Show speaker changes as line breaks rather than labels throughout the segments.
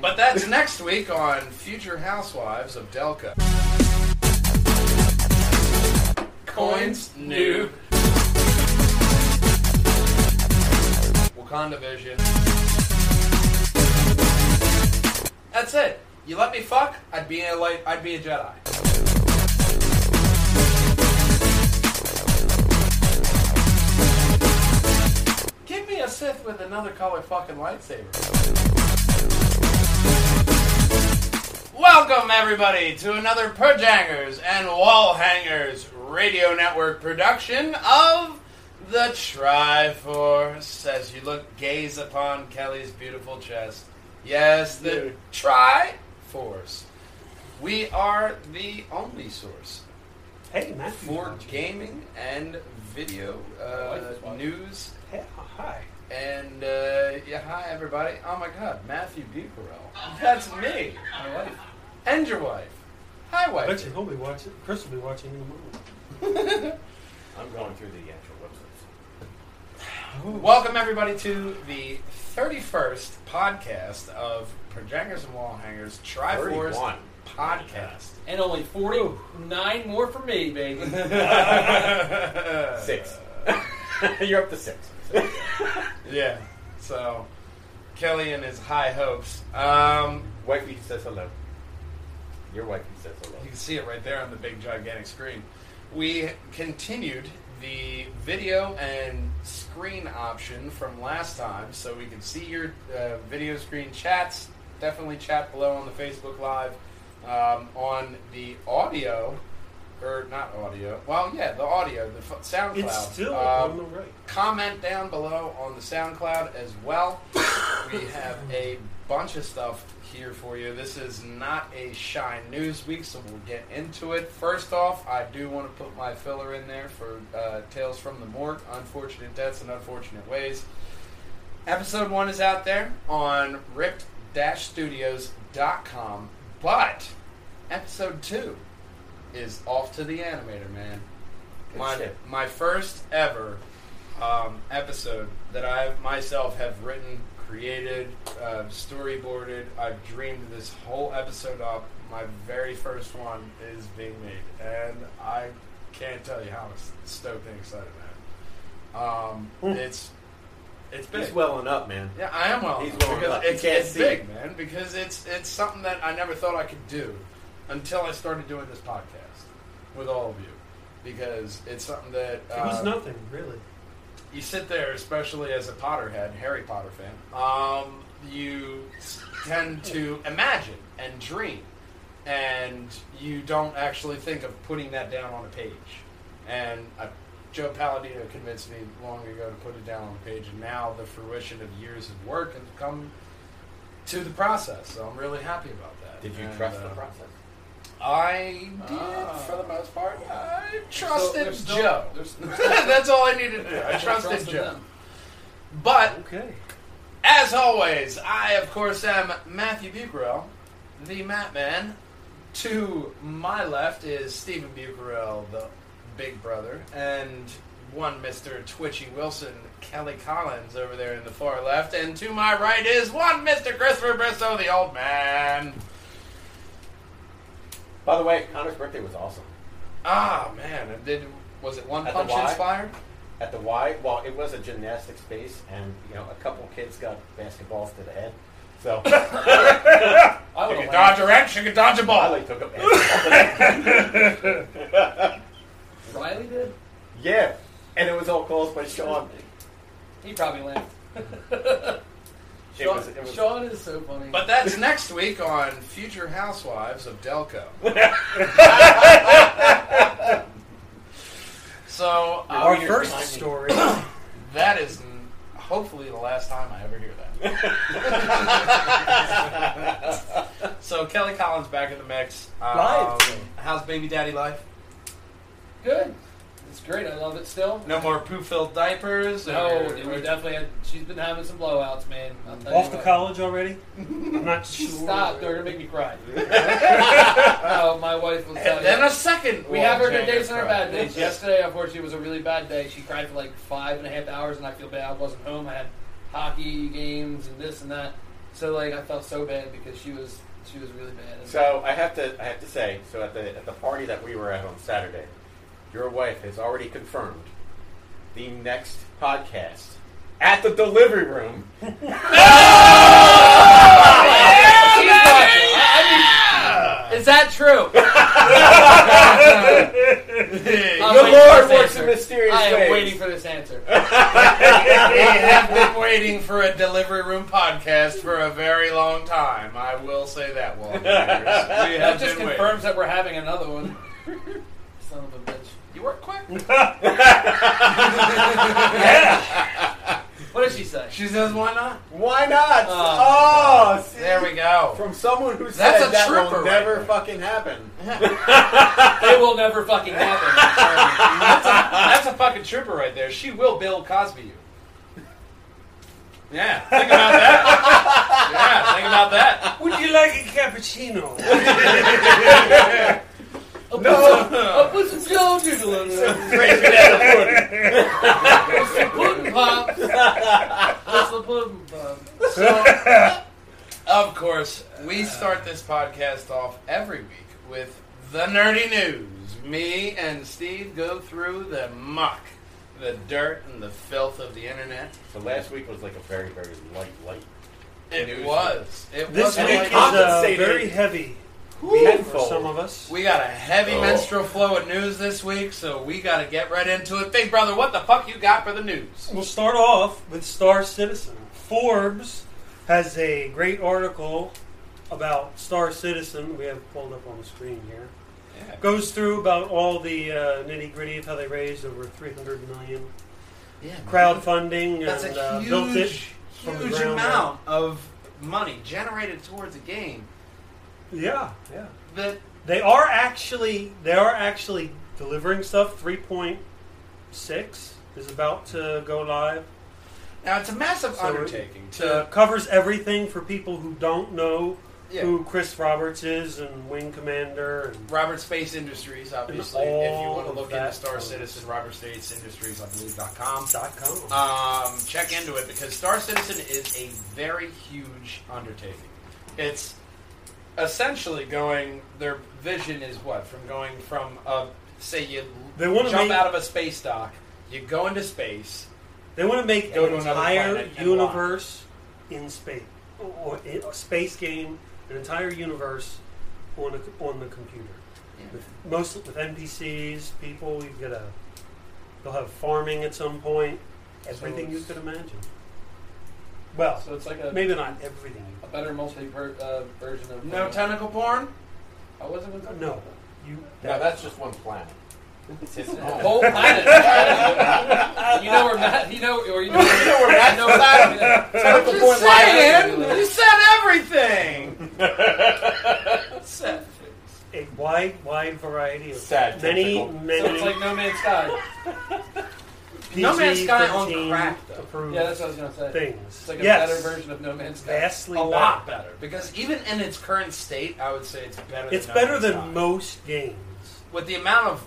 But that's next week on Future Housewives of Delca. Coins new. Wakanda Vision. That's it. You let me fuck, I'd be a light, I'd be a Jedi. Give me a Sith with another color fucking lightsaber. Welcome everybody to another Purjangers and Wallhangers Radio Network production of the Triforce. As you look, gaze upon Kelly's beautiful chest. Yes, the Triforce. We are the only source
Hey, Matthew.
for gaming and video
is
uh,
watching.
news.
Hey, oh, hi.
And uh, yeah, hi everybody. Oh my God, Matthew Bucarell. That's me.
My wife.
And your wife. Hi, wife.
Actually, he'll be watching. Chris will be watching in a moment.
I'm going through the actual websites.
Welcome everybody to the 31st podcast of Projangers and Wallhangers Triforce
31.
podcast.
And only 49 more for me, baby.
Six. You're up to six.
Yeah. So Kelly and his high hopes. Um,
Wifey says hello. Your wifey says hello.
you can see it right there on the big gigantic screen. We continued the video and screen option from last time, so we can see your uh, video screen chats. Definitely chat below on the Facebook Live. Um, on the audio, or not audio. Well, yeah, the audio, the f- SoundCloud.
It's still
um,
on the right.
comment down below on the SoundCloud as well. we have a bunch of stuff here for you. This is not a shy news week, so we'll get into it. First off, I do want to put my filler in there for uh, Tales from the Morgue, Unfortunate Deaths and Unfortunate Ways. Episode 1 is out there on ripped-studios.com, but episode 2 is off to the animator, man.
Good
My,
shit.
my first ever um, episode that I myself have written, created, uh, storyboarded. I've dreamed this whole episode up. My very first one is being made, and I can't tell you how s- stoked and excited I am. Um, it's it's big.
He's welling up, man.
yeah, I am well.
He's
because
welling up. You
It's,
can't
it's
see
big,
it.
man. Because it's it's something that I never thought I could do until I started doing this podcast with all of you. Because it's something that
it was
uh,
nothing, really.
you sit there, especially as a Potterhead, Harry Potter fan, um, you s- tend to imagine and dream, and you don't actually think of putting that down on a page. And uh, Joe Palladino convinced me long ago to put it down on a page, and now the fruition of years of work has come to the process. So I'm really happy about that.
Did you
And,
trust
uh,
the process?
I did,
Ah.
for the most part. I
So
trusted
there's still-
Joe.
there's-
That's all I needed to do. I trusted,
Trusted
Joe.
them.
But
Okay.
as always, I of course am Matthew Bucarell, the Mat Man. To my left is Stephen Bucarell, the Big Brother, and one Mister Twitchy Wilson, Kelly Collins, over there in the far left, and to my right is one Mister Christopher Bristow, the Old Man.
By the way, Connor's birthday was awesome.
Ah man, and did was it One
At the
Punch
Y?
inspired?
At the Y, well, it was a gymnastics space, and you know, a couple kids got basketballs to the head. So
I
You
would
can
have
dodge
laughed
a wrench, you can dodge a ball.
Riley took a basketball.
Riley did?
yeah, and it was all caused by Sean.
He probably laughed.
It
Sean,
was, it was,
Sean is so funny.
But that's next week on Future Housewives of Delco. so uh,
Our
readers
first
remind me.
story.
that is n- hopefully the last time I ever hear that. so Kelly Collins back in the mix. Um,
Live.
How's baby daddy life?
Good. It's great. I love it still.
No more poo-filled diapers.
No,
or-
dude, we definitely had. She's been having some blowouts, man. I'll tell
Off
you
to
what.
college already? I'm not sure.
Stop. They're going to make me cry. no, my wife was
And then a
telling
second.
we have our
wall
good days and our
changer
bad days.
project.
Yesterday, unfortunately, was a really bad day. She cried for like five and a half hours, and I feel bad. I wasn't home. I had hockey games and this and that.
So like I felt so bad because she was she was really bad. And
So I have to I have to say, so at the at the party that we were at on Saturday, your wife has already confirmed the next podcast at the delivery room.
She's watching. I- I mean, is that true?
Hey,
I'm
the
waiting for
Lord
this
works in
answer.
mysterious
I am
ways.
waiting for this answer.
we have been waiting for a delivery room podcast for a very long time. I will say that, Walter. We
That
have
just
been
confirms that we're having another one. Son of a bitch. You work quick. What did she say?
waiting. She says, "Why not?"
Why not?
Oh,
Oh, see?
There we go.
From someone who said
That's a
that
trooper
will
right
never
there.
fucking happen.
It will never fucking happen.
That's a, that's a fucking trooper right there. She will Bill Cosby you. Yeah, think about that. Yeah, think about that.
Would you like a cappuccino?
I'll put
No.
some- I'll put some soldiers in it.
Crazy dad of pudding.
Pudding pops. That's the pudding pop.
So, of course, we start this podcast off every week with the nerdy news. Me and Steve go through the muck, the dirt, and the filth of the internet.
So last week was like a very, very light, light.
It
News.
was. It
this
was.
week
And
is
they
uh,
compensated.
very heavy
Whew.
for some of us.
we got a heavy
Oh.
menstrual flow of news this week, so we got to get right into it. Big brother, what the fuck you got for the news?
We'll start off with Star Citizen. Forbes has a great article about Star Citizen. We have it pulled up on the screen here.
Yeah.
Goes through about all the uh, nitty gritty of how they raised over 300 million crowdfunding
That's
and
a
uh, built it.
huge,
from the
huge
ground
amount of money generated towards a game
Yeah, yeah.
that
They are actually they are actually delivering stuff. 3.6 is about to go live.
Now it's a massive
So it-
undertaking
To
to
covers everything for people who don't know
yeah,
who Chris Roberts is and Wing Commander and
Robert Space Industries. Obviously,
And
if you
all
want to
of
look
that
into Star
goes-
Citizen, Robert Space Industries, I believe dot com.
dot com.
Um, check into it because Star Citizen is a very huge undertaking. It's essentially going. Their vision is what from going from a say you
They wanna
jump
make-
out of a space dock, you go into space.
They want to make
Go
an
to another
entire
planet and
universe in space, or in a space game, an entire universe on a, on the computer. With most with NPCs, people. You've got a. They'll have farming at some point. Everything you
it's-
could imagine. Well,
So it's like a,
maybe not everything.
a better multi uh, version of.
No tentacle porn.
I wasn't going to
No, you.
No, that's just one planet. It's his
The
home.
whole planet. you know where Matt. You know, or you know where,
We're
you
at
know where
no planet.
Matt.
Tentacle
Just
porn live.
saying, you said everything. Said things.
a wide, wide variety of
Sad
many,
tentacle.
So it's
many.
like No Man's Sky.
No Man's Sky on
PG-13
crack, though.
approved
Yeah, that's what I was going to say.
things.
It's like a
yes.
better version of No Man's Sky.
vastly
a
better.
lot better because even in its current state, I would say it's better.
It's
than
better
Nolan's
than
Sky.
most games.
with the amount of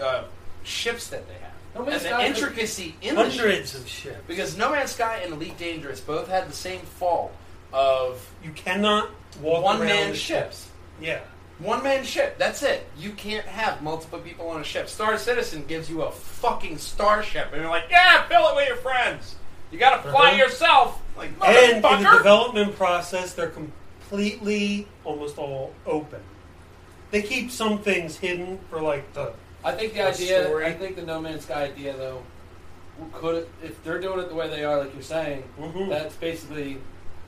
uh, ships that they have
No
and
Man's
the
Sky-
intricacy in the
Hundreds
ships.
of ships.
Because No Man's Sky and Elite Dangerous both had the same fault of
you cannot walk
one
around
man
the
ships.
Yeah,
One man ship. That's it. You can't have multiple people on a ship. Star Citizen gives you a fucking starship, and you're like, yeah, fill it with your friends. You gotta fly
Uh-huh.
yourself. Like
and in the
motherfucker.
development process, they're completely almost all open. They keep some things hidden for like the
I think the
A
idea.
story.
I think the No Man's Sky idea, though, could if they're doing it the way they are, like you're saying,
Mhm.
Mm-hmm.
that's basically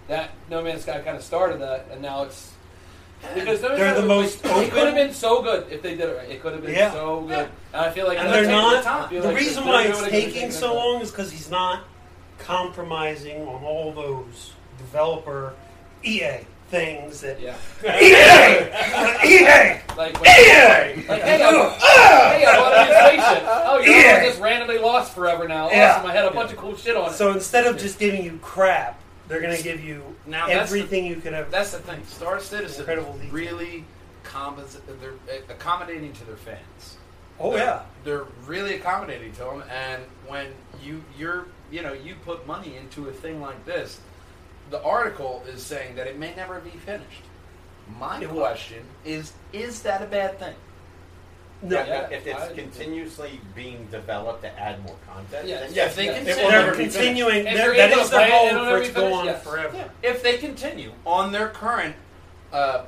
that No Man's Sky kind of started that, and now it's because No Man's
They're
Sky
the
was-
most
It could have
open.
been so good if they did it right. It could have been
Yeah.
so good,
Yeah.
and I feel like
And
no,
they're
take your
not-
time. I feel
The
like
reason
they're
why
doing
it's
it because they're
taking
their
so
time.
long is because he's not compromising on all those developer EA things that E
Yeah,
EA
like when, like
E
hey, I, hey, I bought a new spaceship. Oh, you're
Ah! Yeah.
just randomly lost forever now. Awesome,
Yeah.
I had a bunch of cool shit on it.
So instead of just giving you crap, they're going to give you
Now, that's the-
everything you could have.
That's the thing. Star Citizen
Incredible detail.
really compos- they're uh, accommodating to their fans.
oh
they're,
yeah,
They're really accommodating to them and when you you're you know, you put money into a thing like this, the article is saying that it may never be finished. My
It will.
question is: Is that a bad thing?
No,
Yeah,
Yeah,
if it's
I-
continuously being developed to add more content,
Yeah.
then
Yeah,
if they
yes,
can
it
say-
will
They're
never be finished.
continuing.
If
that-
you're
that
able
is
to play
their
it,
goal
it'll
for
never
it
be
to go
finished,
on
yes.
forever.
Yeah, if they continue on their current uh,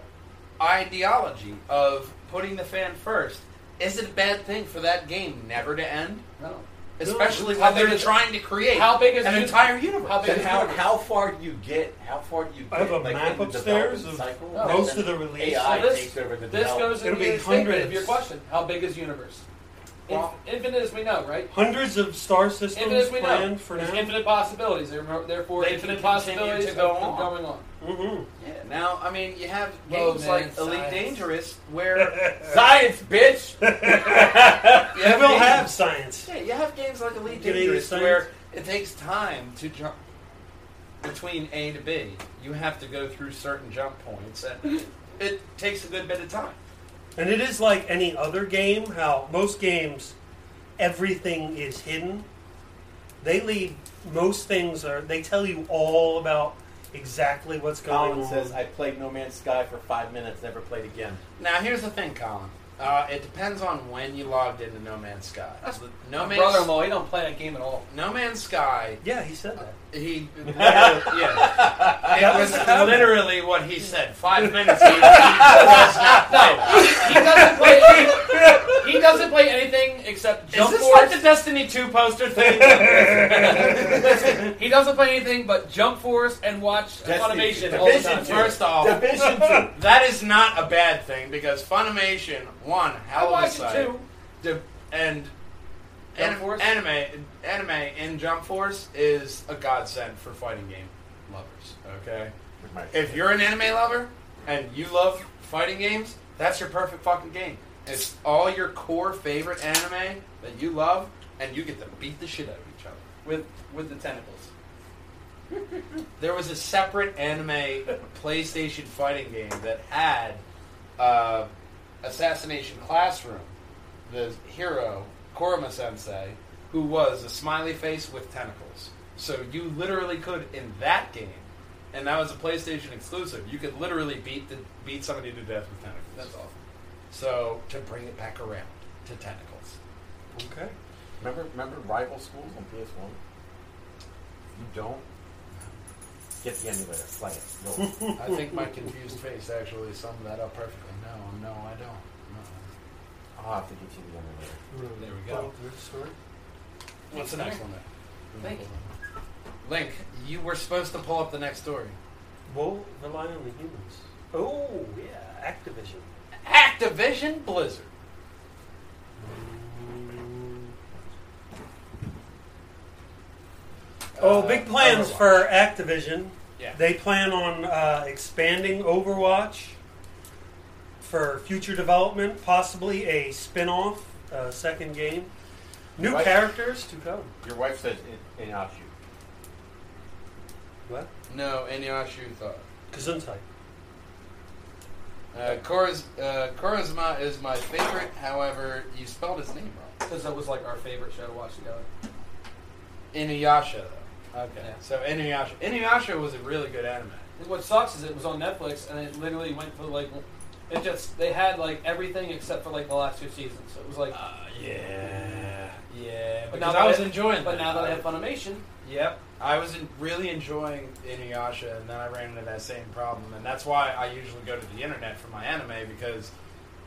ideology of putting the fan first, is it a bad thing for that game never to end?
No.
Especially
How
when
big
they're
is-
trying to create
how big is
an
it-
entire universe.
how big
Then
is
how,
it?
how far do you get? How far do you get?
I have a
like,
map
in the
upstairs
development
of
cycle?
most
Then
of the release.
AI
So this-
takes over the
This
development.
goes into
It'll be
your statement of
hundreds.
your question. How big is the universe? In-
Well-
infinite as we know, right?
Hundreds of star systems
Infinite as we know.
planned for
There's
now.
infinite possibilities. There- Therefore,
They
infinite
can continue
possibilities
to go
of- of
on.
going on.
hmm
Yeah, now, I mean, you have
Whoa,
games
man,
like Elite
science.
Dangerous where.
Science, bitch.
you
It will
games-
have science.
Yeah, you have games like Elite
Get
Dangerous
any
where
science?
it takes time to jump between A to B. You have to go through certain jump points, and it takes a good bit of time.
And it is like any other game, how most games, everything is hidden. They leave most things are. They tell you all about exactly what's going
Colin
on.
says, "I played No Man's Sky for five minutes, never played again."
Now, here's the thing, Colin. Uh, it depends on when you logged into No Man's Sky.
That's-
no
My
Man's
brother-in-law, he don't play that game at all.
No Man's Sky.
yeah, he said that.
He, yeah, it was literally what he said. Five minutes. He, he was not playing.
He doesn't play. any- he doesn't play anything except
Is
jump
this
force.
like the Destiny Two poster thing?
he doesn't play anything but jump force and watch
Destiny,
Funimation all the
Division
time.
two.
First off,
Division two.
That is not a bad thing because Funimation, one
I
hell of a
watch it
site,
too.
Di- and
Jump
anim-
Force?
anime anime in Jump Force is a godsend for fighting game lovers. Okay, if you're an anime lover and you love fighting games, that's your perfect fucking game. It's all your core favorite anime that you love, and you get to beat the shit out of each other.
with with the tentacles.
There was a separate anime PlayStation fighting game that had uh, Assassination Classroom, the hero, Koruma Sensei, who was a smiley face with tentacles. So you literally could, in that game, and that was a PlayStation exclusive, you could literally beat, the, beat somebody to death with tentacles.
That's awesome.
So to bring it back around to tentacles.
Okay.
Remember, remember rival schools on PS One. You don't get the emulator. Play it. No.
I think my confused face actually summed that up perfectly. No, no, I don't. No.
I'll have to get you the emulator.
There we go.
Story.
What's the next one then?
Thank you.
Link, you were supposed to pull up the next story.
We'll rely on the humans. Oh yeah, Activision.
Activision Blizzard.
Oh,
Uh,
big plans
Overwatch.
for Activision.
Yeah.
They plan on uh, expanding Overwatch for future development, possibly a spin off, uh, second game. New
Right.
characters to come.
Your wife says it in off you.
What?
No, Inuyasha thought.
Gesundheit.
Uh, Koriz, uh, Korizma is my favorite, however, you spelled his name wrong.
Because that was like our favorite show to watch together.
Inuyasha, though. Okay.
Yeah.
So Inuyasha. Inuyasha was a really good anime.
And What sucks is it was on Netflix and it literally went for like, it just they had like everything except for like the last two seasons. So it was like,
Uh, yeah. Yeah.
but now
Ah, Because
that
I was
they-
enjoying
But now that I
I
have Funimation,
Yep, I was in, really enjoying Inuyasha, and then I ran into that same problem, and that's why I usually go to the internet for my anime because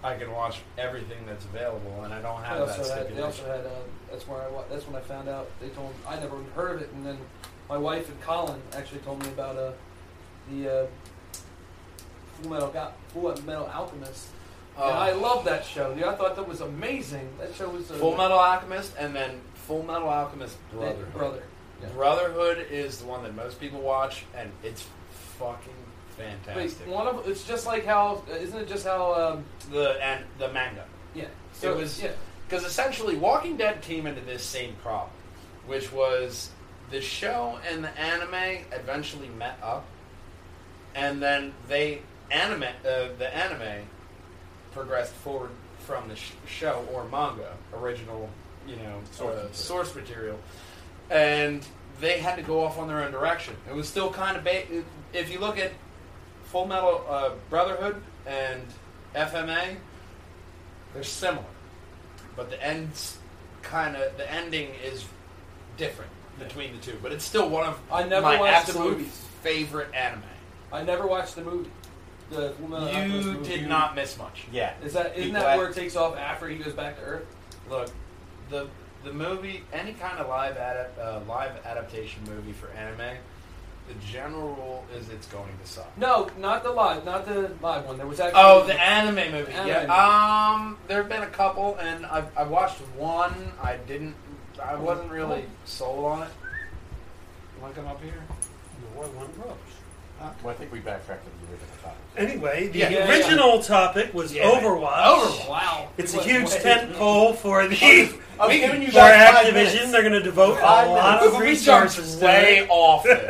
I can watch everything that's available, and I don't
they
have that
also had, they also
stipulation.
had uh, that's where I wa- that's when I found out they told I never even heard of it, and then my wife and Colin actually told me about uh, the uh, Full Metal Ga- Full Metal Alchemist.
Oh.
And I love that show. dude. I thought that was amazing. That show was uh,
Full Metal Alchemist, and then Full Metal Alchemist
the-
Brotherhood.
brother. Yeah.
Brotherhood is the one that most people watch, and it's fucking fantastic.
Wait, one of it's just like how isn't it just how um,
the and the manga.
yeah?
It was-
yeah.
Because essentially, Walking Dead came into this same problem, which was the show and the anime eventually met up, and then they anime uh, the anime progressed forward from the sh- show or manga original, you know,
Source
uh,
material.
source material, and they had to go off on their own direction. It was still kind of ba- if you look at Full Metal uh, Brotherhood and FMA, they're similar, but the ends kind of the ending is different between the two. But it's still one of
I never
my
watched the
absolute
movies.
favorite anime.
I never watched the movie. The Full Metal Alchemist
you
movie.
did not miss much.
Yeah.
Is that isn't
People
that
act-
where it takes off after he goes back to Earth?
Look, the the movie, any kind of live adap- uh, live adaptation movie for anime, the general rule is it's going to suck.
No, not the live, not the live one. There was actually
Oh, the anime movie.
Anime movie.
yeah. Um, there have been a couple, and I I watched one. I didn't. I wasn't really sold on it. You want to come up here?
No, I want rubs.
Well, I think we backtracked to the original topic.
Anyway, the
Yeah, yeah,
yeah.
original topic was
Yeah.
Overwatch.
Overwatch.
wow.
It's a
What-
huge
what-
tent pole for the
I was
We-
giving you
for
guys five
Activision.
minutes.
They're going to devote a
Five
lot
minutes.
of
We jumped
resources to
way
it.
off. It.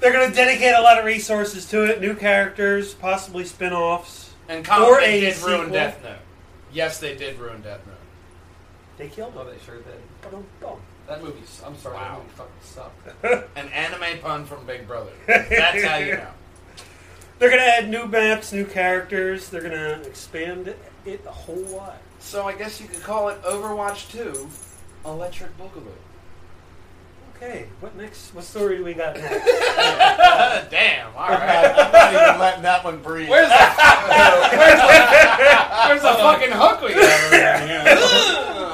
They're going to dedicate a lot of resources to it. New characters, possibly spin-offs.
And
Or
Colin,
a
they did
sequel.
ruin Death Note. Yes, they did ruin Death Note.
They killed
Oh,
him.
they sure did.
Ba-dum-bum.
That movie's. I'm sorry.
Wow.
That movie fucking sucked.
An anime pun from Big Brother. That's how you know.
They're going to add new maps, new characters. They're going to expand it, it a whole lot.
So I guess you could call it Overwatch 2 Electric Boogaloo.
Okay, what next? What story do we got next?
Damn, alright.
I'm not even letting that one breathe.
Where's the, where's the, where's the fucking hook we got around here?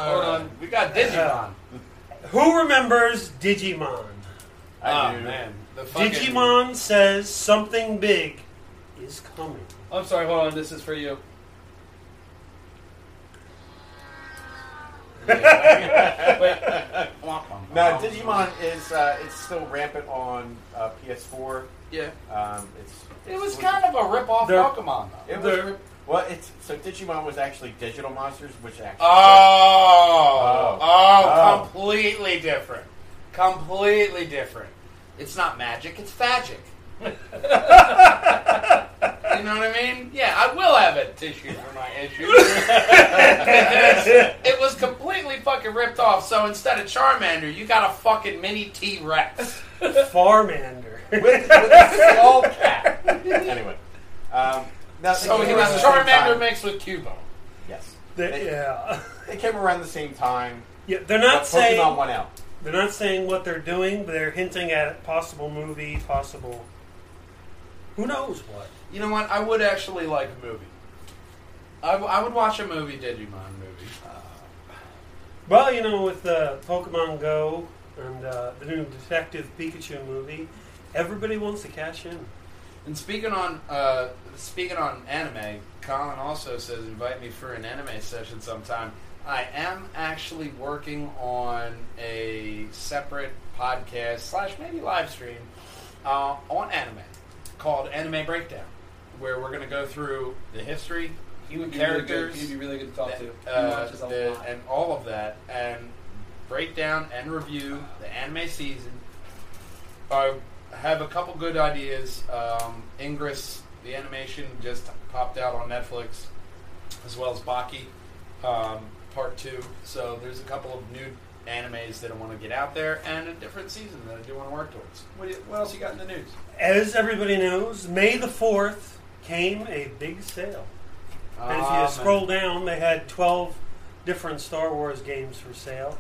Hold on. We got Digimon.
Who remembers Digimon?
I
oh,
do.
man. The fucking,
Digimon says something big is coming.
I'm sorry. Hold on. This is for you.
Womp, womp,
Now,
womp.
Digimon is uh, it's still rampant on uh, PS4.
Yeah.
Um, it's
It was kind of a rip-off
They're-
Pokemon, though.
It was
They're-
rip- well, it's so Digimon was actually digital monsters, which actually
Oh,
Oh.
oh,
Oh.
completely different. Completely different. It's not magic, it's fagic. you know what I mean? Yeah, I will have a tissue for my issue. it was completely fucking ripped off, so instead of Charmander, you got a fucking mini T Rex.
Farmander.
with, with a small cat. Anyway, um, now
So
they
he
came
was
around the same
Charmander
time.
mixed with Cubone.
yes,
They-
they,
yeah.
they came around the same time.
yeah. They're
but
not
Pokemon
saying
went out.
they're not saying what they're doing, but they're hinting at possible movie, possible. Who knows what?
You know what? I would actually like a movie. I, w- I would watch a movie, Digimon movie.
Well, you know, with uh, Pokemon Go and uh, the new Detective Pikachu movie, everybody wants to cash in.
And speaking on uh, speaking on anime, Colin also says invite me for an anime session sometime. I am actually working on a separate podcast slash maybe live stream uh, on anime called Anime Breakdown, where we're going to go through the history,
He would be
characters,
Really good, he'd be really good to talk to. He
the- uh,
watches a
the-
lot.
and all of that, and break down and review the anime season. I have a couple good ideas. Um, Ingress, the animation, just popped out on Netflix, as well as Baki, um, part two. So there's a couple of new animes that I want to get out there, and a different season that I do want to work towards. What, do you, what else you got in the news?
As everybody knows, May the 4th came a big sale. And if
Um,
you scroll down, they had 12 different Star Wars games for sale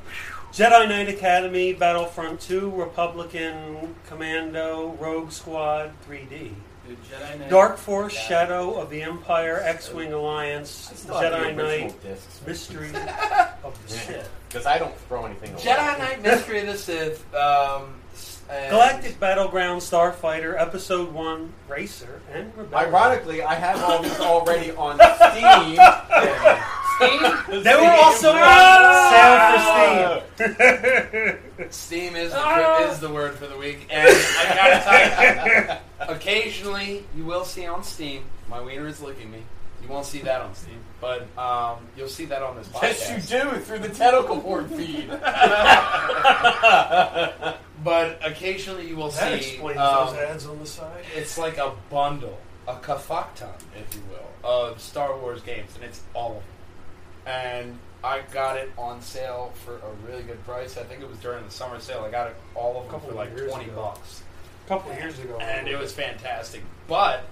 Jedi Knight Academy, Battlefront 2, Republican, Commando, Rogue Squad 3D,
Dude, Jedi Knight-
Dark Force,
Yeah.
Shadow of the Empire, X Wing Alliance,
I still have the
Jedi
original
Knight,
discs.
Mystery of the Sith,
because I don't throw anything away.
Jedi Knight Mystery of the Sith. Um, s- and-
Galactic Battleground Starfighter, Episode 1, Racer, and Rebellion.
Ironically, I have all these already on Steam.
Steam?
They were also
Ah!
on sale
Ah!
for Steam.
Steam is the,
Ah!
is the word for the week, and I gotta tell you, occasionally you will see on Steam. My wiener is licking me. You won't see that on Steam, but um, you'll see that on this podcast.
yes, you do through the tentacle board feed.
But occasionally you will
That
see.
explains
um,
those ads on the side.
it's like a bundle, a kafaktan, if you will, of Star Wars games, and it's all of them. And I got it on sale for a really good price. I think it was during the summer sale. I got it all of them
Couple
for like
years
twenty
ago.
bucks,
A couple of years ago.
and it was fantastic. But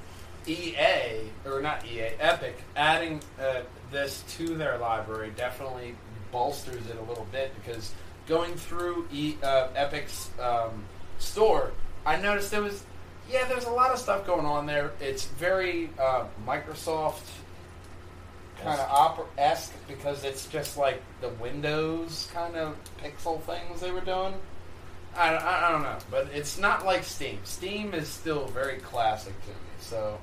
EA or not EA, Epic adding uh, this to their library definitely bolsters it a little bit because going through e, uh, Epic's um, store, I noticed there was yeah, there's a lot of stuff going on there. It's very uh, Microsoft kind of opera esque because it's just like the Windows kind of pixel things they were doing. I, I, I don't know, but it's not like Steam. Steam is still very classic to me. So,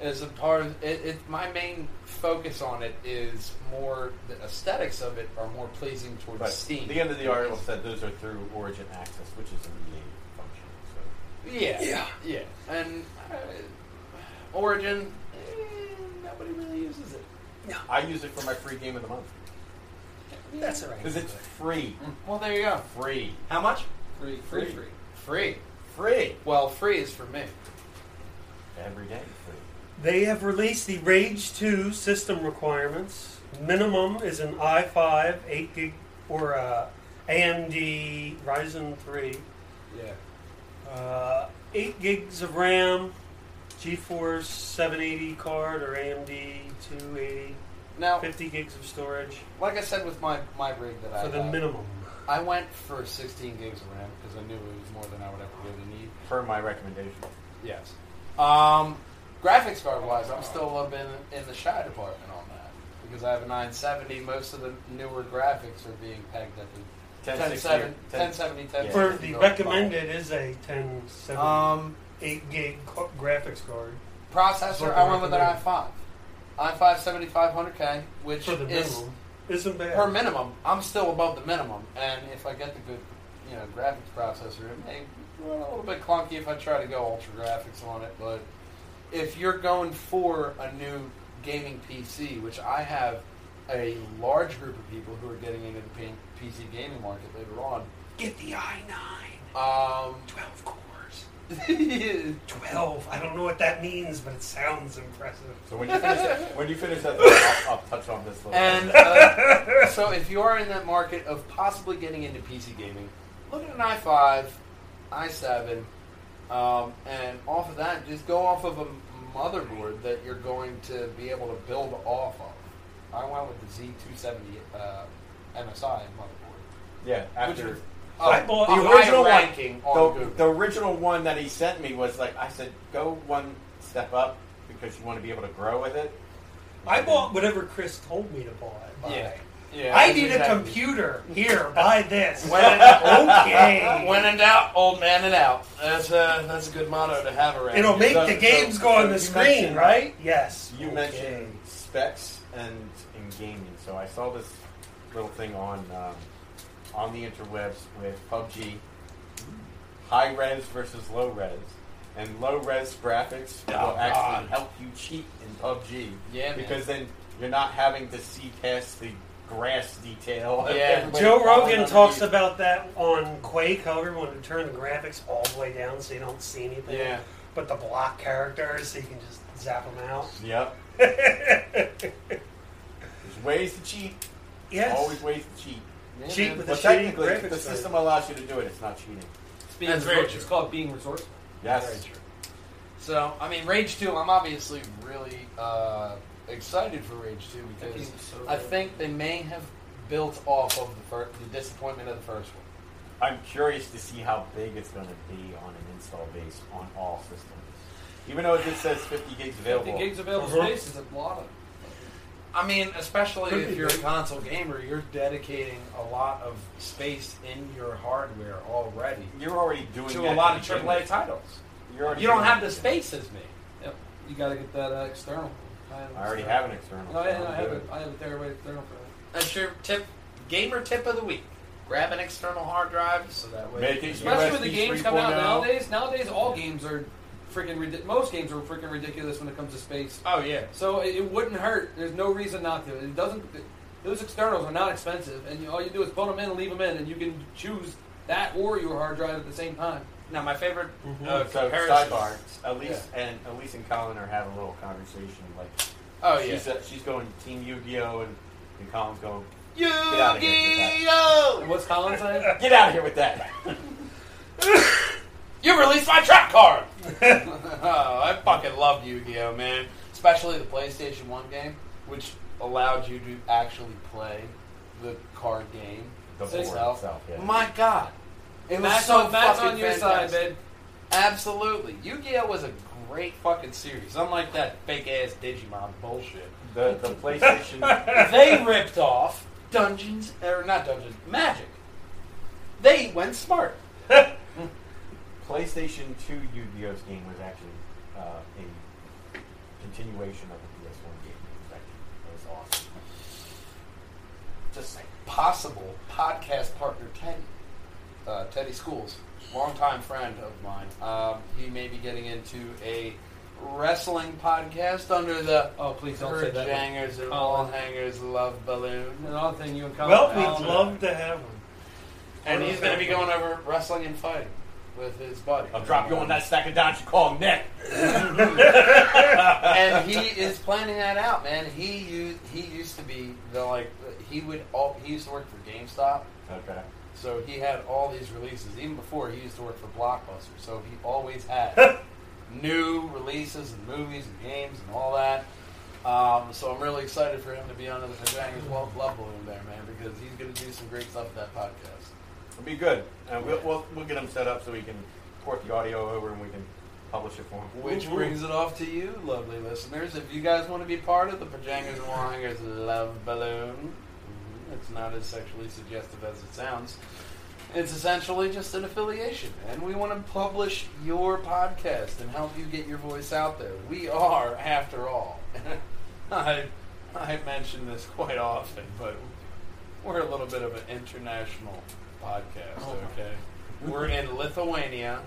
as a part, of, it, it my main focus on it is more the aesthetics of it are more pleasing towards
But
Steam.
the end of the article said those are through Origin Access, which is an EA
Yeah.
function. So
Yeah. Yeah. And uh, Origin, eh, nobody really uses it.
I use it for my free game of the month
That's all right.
because it's free,
Well, there you go.
free,
How much?
Free, free,
Free.
free.
Free.
free
Well, free is for me.
every day. Free.
They have released the Rage 2 system requirements. Minimum is an i5, 8 gig, or uh, AMD Ryzen 3.
Yeah.
Uh, 8 gigs of RAM, GeForce 780 card, or AMD 280.
Now,
50 gigs of storage
like I said with my my rig that I
for the
have,
minimum.
I went for 16 gigs of RAM because I knew it was more than I would ever really need.
Per my recommendation.
Yes. Um, graphics card wise, I'm still a little bit in, in the shy department on that because I have a 970. Most of the newer graphics are being pegged at the
1060
1070,
10
1070, 1070.
For the recommended is a 10,
Um,
8 gig co- graphics card.
processor, I went with an i5. i5 7500K, which
For the
is
minimum. Isn't bad.
per minimum. I'm still above the minimum, and if I get the good, you know, graphics processor, it may run a little bit clunky if I try to go ultra graphics on it. But if you're going for a new gaming PC, which I have a large group of people who are getting into the P- PC gaming market later on,
Get the i9.
um,
12 cores. 12. I don't know what that means, but it sounds impressive.
So when you finish that, when you finish that, I'll, I'll touch on this a little.
And
bit.
uh, so, if you are in that market of possibly getting into PC gaming, look at an i5, i7, um, and off of that, just go off of a motherboard that you're going to be able to build off of. I went with the Z270 uh, MSI motherboard.
yeah, after
Which was
I bought-
a
the
Oh, high
original one-
ranking on
the,
Google.
the original one that he sent me was like I said, go one step up because you want to be able to grow with it.
I bought whatever Chris told me to buy. buy.
yeah, yeah.
I
that's
need a
exactly-
computer. Here, buy this.
When-
okay.
When in doubt, old man and out. That's a that's a good motto to have around.
It'll
here.
make
So-
the games
so-
go on
so
the
you
screen,
mentioned-
right? Yes.
You
Okay.
mentioned specs and and gaming, so I saw this little thing on um, on the interwebs with PUBG, high res versus low res, and low res graphics
Oh,
will
God.
actually help you cheat in PUBG.
Yeah, man.
because then you're not having to see past the grass detail. of
Yeah.
everybody
Joe
falling
Rogan
underneath.
talks about that on Quake, how everyone would turn the graphics all the way down so you don't see anything.
Yeah.
But the block characters, so you can just zap them out.
Yep. There's ways to cheat.
Yes.
Always ways to cheat.
Yeah,
Cheat
man.
with
Well,
a shitty
technically, if
graphics
the
card.
system allows you to do it. It's not cheating.
It's, being
That's very
resor- it's
true.
called being resourceful.
Yes.
Very true. So, I mean, Rage 2, I'm obviously really uh, excited for Rage 2
That
because
game's so
I
good.
think they may have built off of the, fir- the disappointment of the first one.
I'm curious to see how big it's going to be on an install base on all systems. Even though it just says 50 gigs available.
The gigs available
Uh-huh.
space is a lot of.
I mean, especially
Could
if
be
you're a
big.
console gamer, you're dedicating a lot of space in your hardware already
You're already doing
to
that
a lot
to
of
begin
AAA
with.
titles.
You're already
You don't
doing
have
that
the
to begin
space as me.
Yep. You got to get that uh, external.
with. I already have an external.
No, I,
so
I
I'm
have
good.
it. I have it there. Wait, external for that.
That's your tip, gamer tip of the week. Grab an external hard drive so that way.
Make it
Especially with the
USB
games coming out
3.0.
nowadays. Nowadays, all games are freaking. Ridi- most games are freaking ridiculous when it comes to space.
Oh, yeah.
So it, it wouldn't hurt. There's no reason not to. It doesn't. It, those externals are not expensive, and you, all you do is put them in and leave them in, and you can choose that or your hard drive at the same time.
Now, my favorite
Mhm.
uh,
Mm-hmm. So
comparison.
sidebar, Elise and Elise and Colin are having a little conversation. Like,
Oh, yeah.
she's, uh, she's going Team Yu-Gi-Oh, and, and Colin's going outta here with
Yu-Gi-Oh!
And what's Colin saying?
Get out of here with that.
You released my trap card! oh, I fucking love Yu-Gi-Oh, man. Especially the PlayStation 1 game, which allowed you to actually play the card game.
The board
itself.
itself, yeah.
My God. It was
Matt's
so
on, Matt's
fucking
on your
fantastic.
side, babe.
Absolutely. Yu-Gi-Oh! was a great fucking series. Unlike that fake-ass Digimon bullshit.
The, the PlayStation.
they ripped off Dungeons, or not Dungeons, Magic. They went smart.
PlayStation 2 Yu Gi Oh's game was actually uh, a continuation of the PS1 game. It was, actually, it was awesome.
just a possible podcast partner, Teddy. Uh, Teddy Schools, longtime friend of mine. Um, he may be getting into a wrestling podcast under the
Oh, please don't say that. Oh.
Hangers and
Colin.
Wall Hangers Love Balloon.
Another thing you and Colin.
Well,
Colin-
we'd love to have one.
And he's going to be going over wrestling and fighting with his buddy.
I'll drop you on that stack of dimes you call Nick.
and he is planning that out, man. He used, he used to be the like he would all, he used to work for GameStop.
Okay.
So he had all these releases. Even before he used to work for Blockbuster, so he always had new releases and movies and games and all that. Um, so I'm really excited for him to be under the Fajangers Love Love Balloon there, man, because he's going to do some great stuff with that podcast.
It'll be good. And we'll, we'll, we'll get them set up so we can port the audio over and we can publish it for them.
Which brings it off to you, lovely listeners. If you guys want to be part of the Pajangas and Wallhangers Love Balloon, mhm, it's not as sexually suggestive as it sounds. It's essentially just an affiliation, and we want to publish your podcast and help you get your voice out there. We are, after all, I, I mention this quite often, but we're a little bit of an international podcast, okay? We're in Lithuania,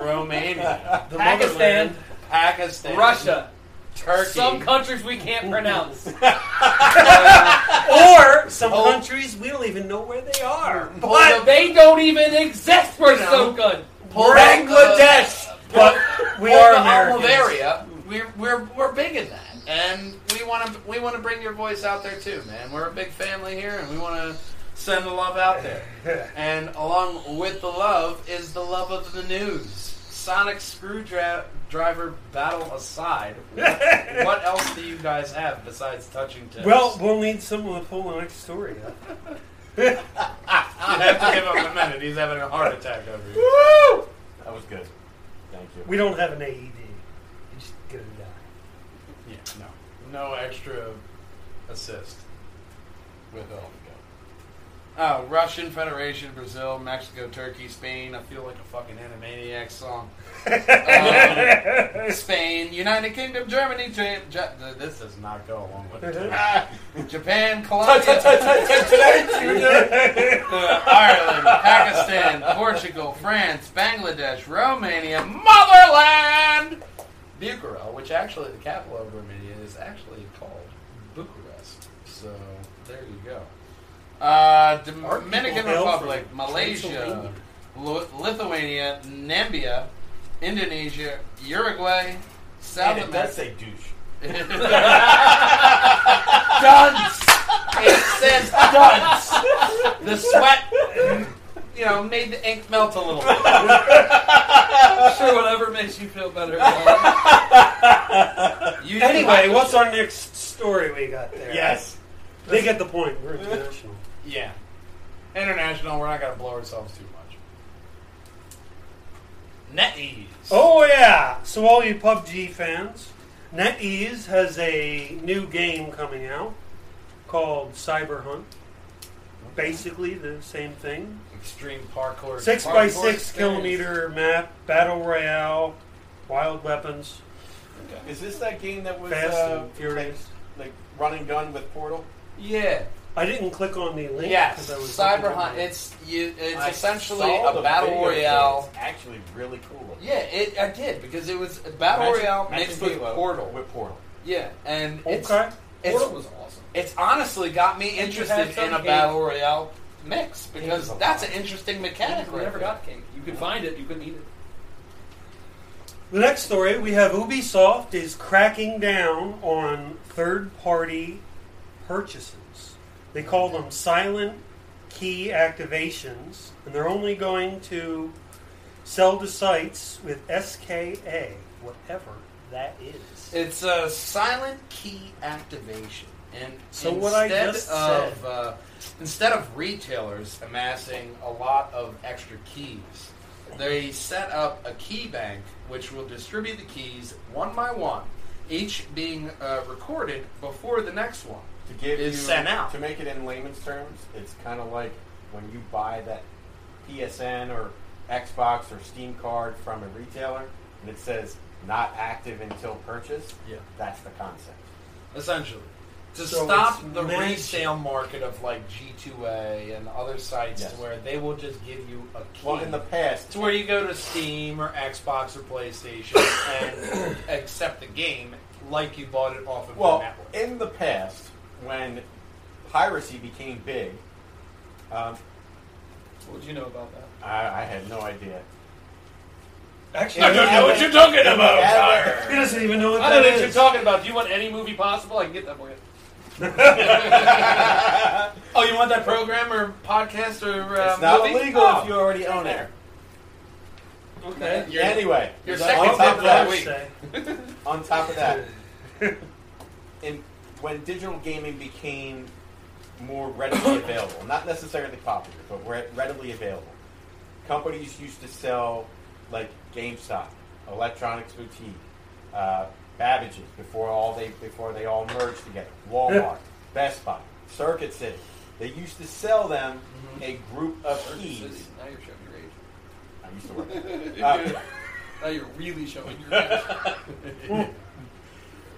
Romania,
The
Pakistan,
motherland.
Pakistan,
Russia,
Turkey,
some countries we can't pronounce.
Or some
Pol-
countries we don't even know where they are.
Pol-
they don't even exist. We're so
No.
good.
Pol-
But we
Pol-
are
the
Americans.
Almoveria. We're, we're, we're big in that, and we want to we want to bring your voice out there too, man. We're a big family here, and we want to send the love out there. and along with the love is the love of the news. Sonic Screwdriver battle aside, what, what else do you guys have besides touching tips?
Well, we'll need someone to pull the next story up.
I have to give him a minute. He's having a heart attack over here.
Woo!
That was good. Thank you.
We don't have an AED. You just gonna die.
Yeah, no. No extra assist with all the go. Oh, Russian Federation, Brazil, Mexico, Turkey, Spain. I feel like a fucking Animaniacs song. Um, Spain, United Kingdom, Germany. Ja- Ja- this does not go along with it. Japan, Colombia, Ireland, Pakistan, Portugal, France, Bangladesh, Romania, Motherland! Bucharest, which actually the capital of Romania is actually called Bucharest. So there you go. Uh, Dominican
hail
Republic,
from
Malaysia,
Transylvania?
Lu- Lithuania, Namibia, Indonesia, Uruguay, South
And it does
America.
say douche.
Dunce! It says dunce! The sweat, you know, made the ink melt a little bit.
Sure, whatever makes you feel better. Colin.
You
Anyway, what's our next story we got there?
Yes.
They get the point. We're international.
Yeah. International, we're not going to blow ourselves too much. NetEase.
Oh yeah! So all you PUBG fans, NetEase has a new game coming out called Cyber Hunt. Basically the same thing.
Extreme parkour.
Six by
parkour
six
experience.
kilometer map, battle royale, wild weapons,
Is this that game that was
fast
uh,
and furious.
like run and gun with Portal?
Yeah.
I didn't click on the link.
Yes.
'cause I was
Cyber
looking
Hunt.
at-
It's you. It's
I
essentially
saw
a
the
battle
video for it.
royale.
It's actually really cool. looking.
Yeah, it, I did because it was a battle
Magic-
royale
Magic
mixed with
Halo
Portal.
With Portal.
yeah, and it's
okay.
it's
Portal was awesome.
it's honestly got me
you
interested
had some
in a
cake.
battle royale mix
is
because
a
that's
lot.
an interesting
Yeah,
mechanic.
we
right
never
there.
got cake. You could find it. You couldn't eat it.
The next story we have Ubisoft is cracking down on third party purchases. They call them silent key activations, and they're only going to sell to sites with SKA, whatever that is.
It's a silent key activation, and
So
instead
what I just
of
said-
Uh, instead of retailers amassing a lot of extra keys, they set up a key bank which will distribute the keys one by one, each being uh, recorded before the next one.
To give
Is
you,
sent out.
To make it in layman's terms, it's kind of like when you buy that PSN or Xbox or Steam card from a retailer, and it says not active until purchase.
Yeah.
That's the concept.
essentially. To
So
stop
it's
the
managed-
resale market of like G2A and other sites
Yes.
to where they will just give you a key.
Well, in the past,
to where you go to Steam or Xbox or PlayStation and accept the game like you bought it off of the
Well,
network.
in the past, when piracy became big, um,
What would you know about that?
I, I had no idea.
Actually,
I don't know what you're
talking
about, Tyler.
he doesn't even know what
I don't
that
know what you're
is.
talking about. Do you want any movie possible? I can get that for you.
Oh, you want that program or podcast or uh,
It's not
movie?
illegal
Oh.
if you already own it.
Okay.
You're-
anyway,
you're
on
second
top
to
of
that
that,
week.
on top of that, in, when digital gaming became more readily available, not necessarily popular, but re- readily available, companies used to sell like GameStop, Electronics Boutique, uh, Babbage's before all they before they all merged together, Walmart, Best Buy, Circuit City. They used to sell them a group of keys.
Now you're showing your age.
I used to work. there. Uh,
Now you're really showing your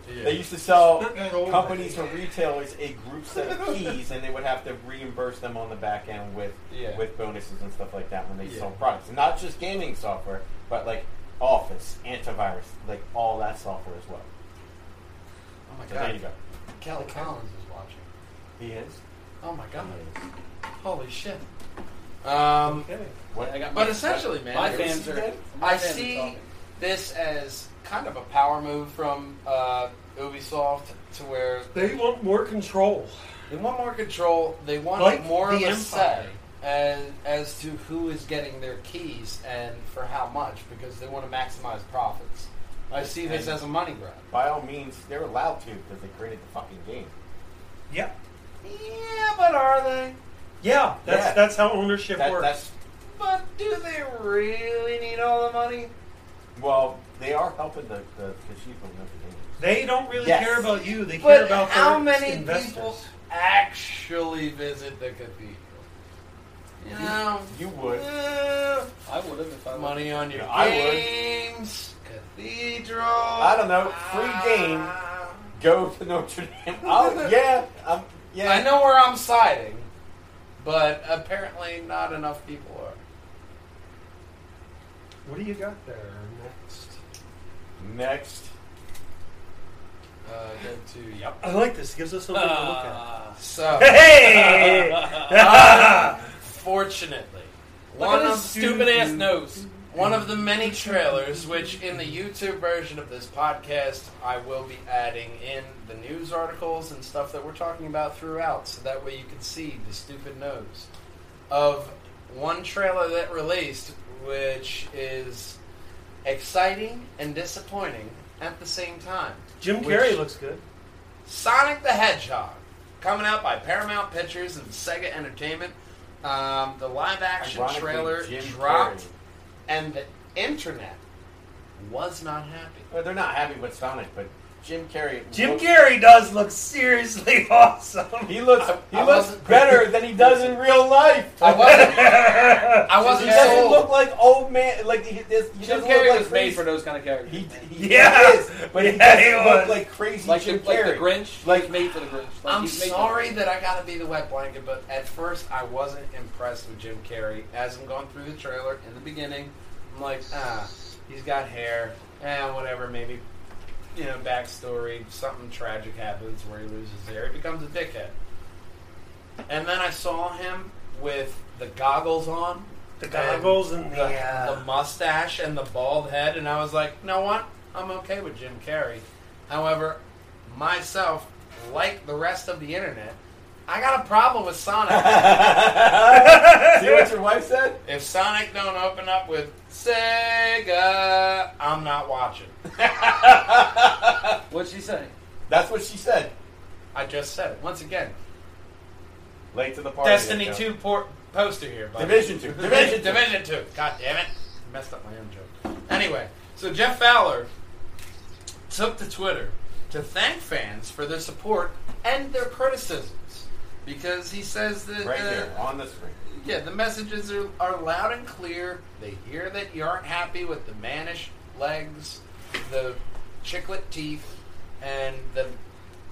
age.
They used to sell companies or retailers a group set of keys, and they would have to reimburse them on the back end with
Yeah.
with bonuses and stuff like that when they
Yeah.
sold products, and not just gaming software, but like Office, antivirus, like all that software as well.
Oh my
So there you
god.
go.
Kelly Collins is watching.
He is.
Oh my god.
He is.
Holy shit. Um,
Okay.
What?
I got
But
my-
essentially, man,
my
it was-
fans are. my
I
fans are
see
talking.
this as kind of a power move from uh, Ubisoft to where
They want more control.
they want more control. They want
Like
more of
the
a say
Empire.
as, as to who is getting their keys and for how much because they want to maximize profits. I see this
And-
as a money grab.
By all means, they're allowed to because they created the fucking game.
Yeah.
Yeah, but are they?
Yeah. That's
Yeah.
that's how ownership
That,
works.
that's
But do they really need all the money?
well, they are helping the the, the sheep of Notre Dame.
they don't really
Yes.
care about you. They care
But
about
how
their
many
investors.
people actually visit the cathedral? You know,
You would.
eh,
I would have if I wanted.
Money on your
Yeah, I would.
games, uh, cathedral.
I don't know, free game. Go to Notre Dame. Oh yeah, um, yeah.
I know where I'm siding, but apparently not enough people are.
What do you got there next?
Next.
Uh, go to yep.
I like this. Gives us something to look at.
Ah.
So
Uh. Hey!
fortunately,
Look
one
at
of
his stupid ass nose.
one of the many trailers, which in the YouTube version of this podcast, I will be adding in the news articles and stuff that we're talking about throughout, so that way you can see the stupid nose of one trailer that released, which is exciting and disappointing at the same time.
Jim
Which-
Carrey looks good.
Sonic the Hedgehog, coming out by Paramount Pictures and Sega Entertainment. Um, the live action
Ironically,
trailer
Jim
dropped,
Carrey.
and the internet was not happy.
Well, they're not happy with Sonic, but Jim Carrey.
Jim
looks-
Carrey does look seriously awesome.
He looks.
I-
he
I
looks
wasn't-
better than he does in real life.
I wasn't. I
he
wasn't
doesn't
sold.
look like old man. Like he, this, he
Jim
doesn't
Carrey
look like
was
crazy.
made for those kind of characters.
He,
man.
he, he
Yeah.
is, but he
Yeah,
doesn't
he
look
was.
like crazy
like,
Jim
the, like the
Carrey.
Grinch.
Like-
Like made for the Grinch. Like,
I'm
he's made for
sorry
the Grinch.
that I gotta be the wet blanket, but at first I wasn't impressed with Jim Carrey. As I'm going through the trailer in the beginning, I'm like, ah, he's got hair, and whatever, maybe, you know, backstory, something tragic happens where he loses hair, he becomes a dickhead. And then I saw him with the goggles on,
The goggles and the, uh,
the mustache and the bald head, and I was like, you know what? I'm okay with Jim Carrey. However, myself, like the rest of the internet, I got a problem with Sonic.
See what your wife said?
if Sonic don't open up with Sega, I'm not watching.
What's she saying?
That's what she said.
I just said it once again.
Late to the party.
Destiny
you know.
two port poster here. Buddy.
Division two. Division
Division,
two.
Division two. God damn it! Messed up my own joke. Anyway, so Jeff Fowler took to Twitter to thank fans for their support and their criticisms because he says that
Right
uh,
here on the screen.
yeah, the messages are, are loud and clear. They hear that you aren't happy with the mannish legs, the chiclet teeth, and the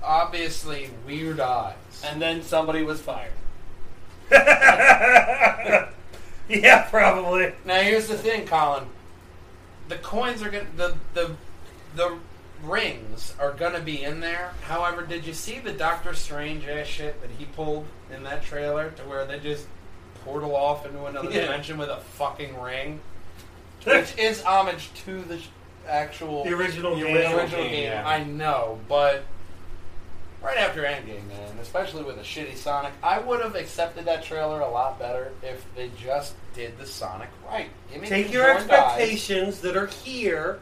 obviously weird eyes.
And then somebody was fired.
yeah, probably.
Now here's the thing, Colin. The coins are gonna the the the rings are gonna be in there. However, did you see the Doctor Strange ass shit that he pulled in that trailer to where they just portal off into another
Yeah.
dimension with a fucking ring? Which is homage to the sh- actual
The original
the
game.
original
Original
game.
game, yeah.
I know, but right after Endgame, man, especially with a shitty Sonic, I would have accepted that trailer a lot better if they just did the Sonic right. Give me
Take
these
your
joined eyes.
expectations that are here,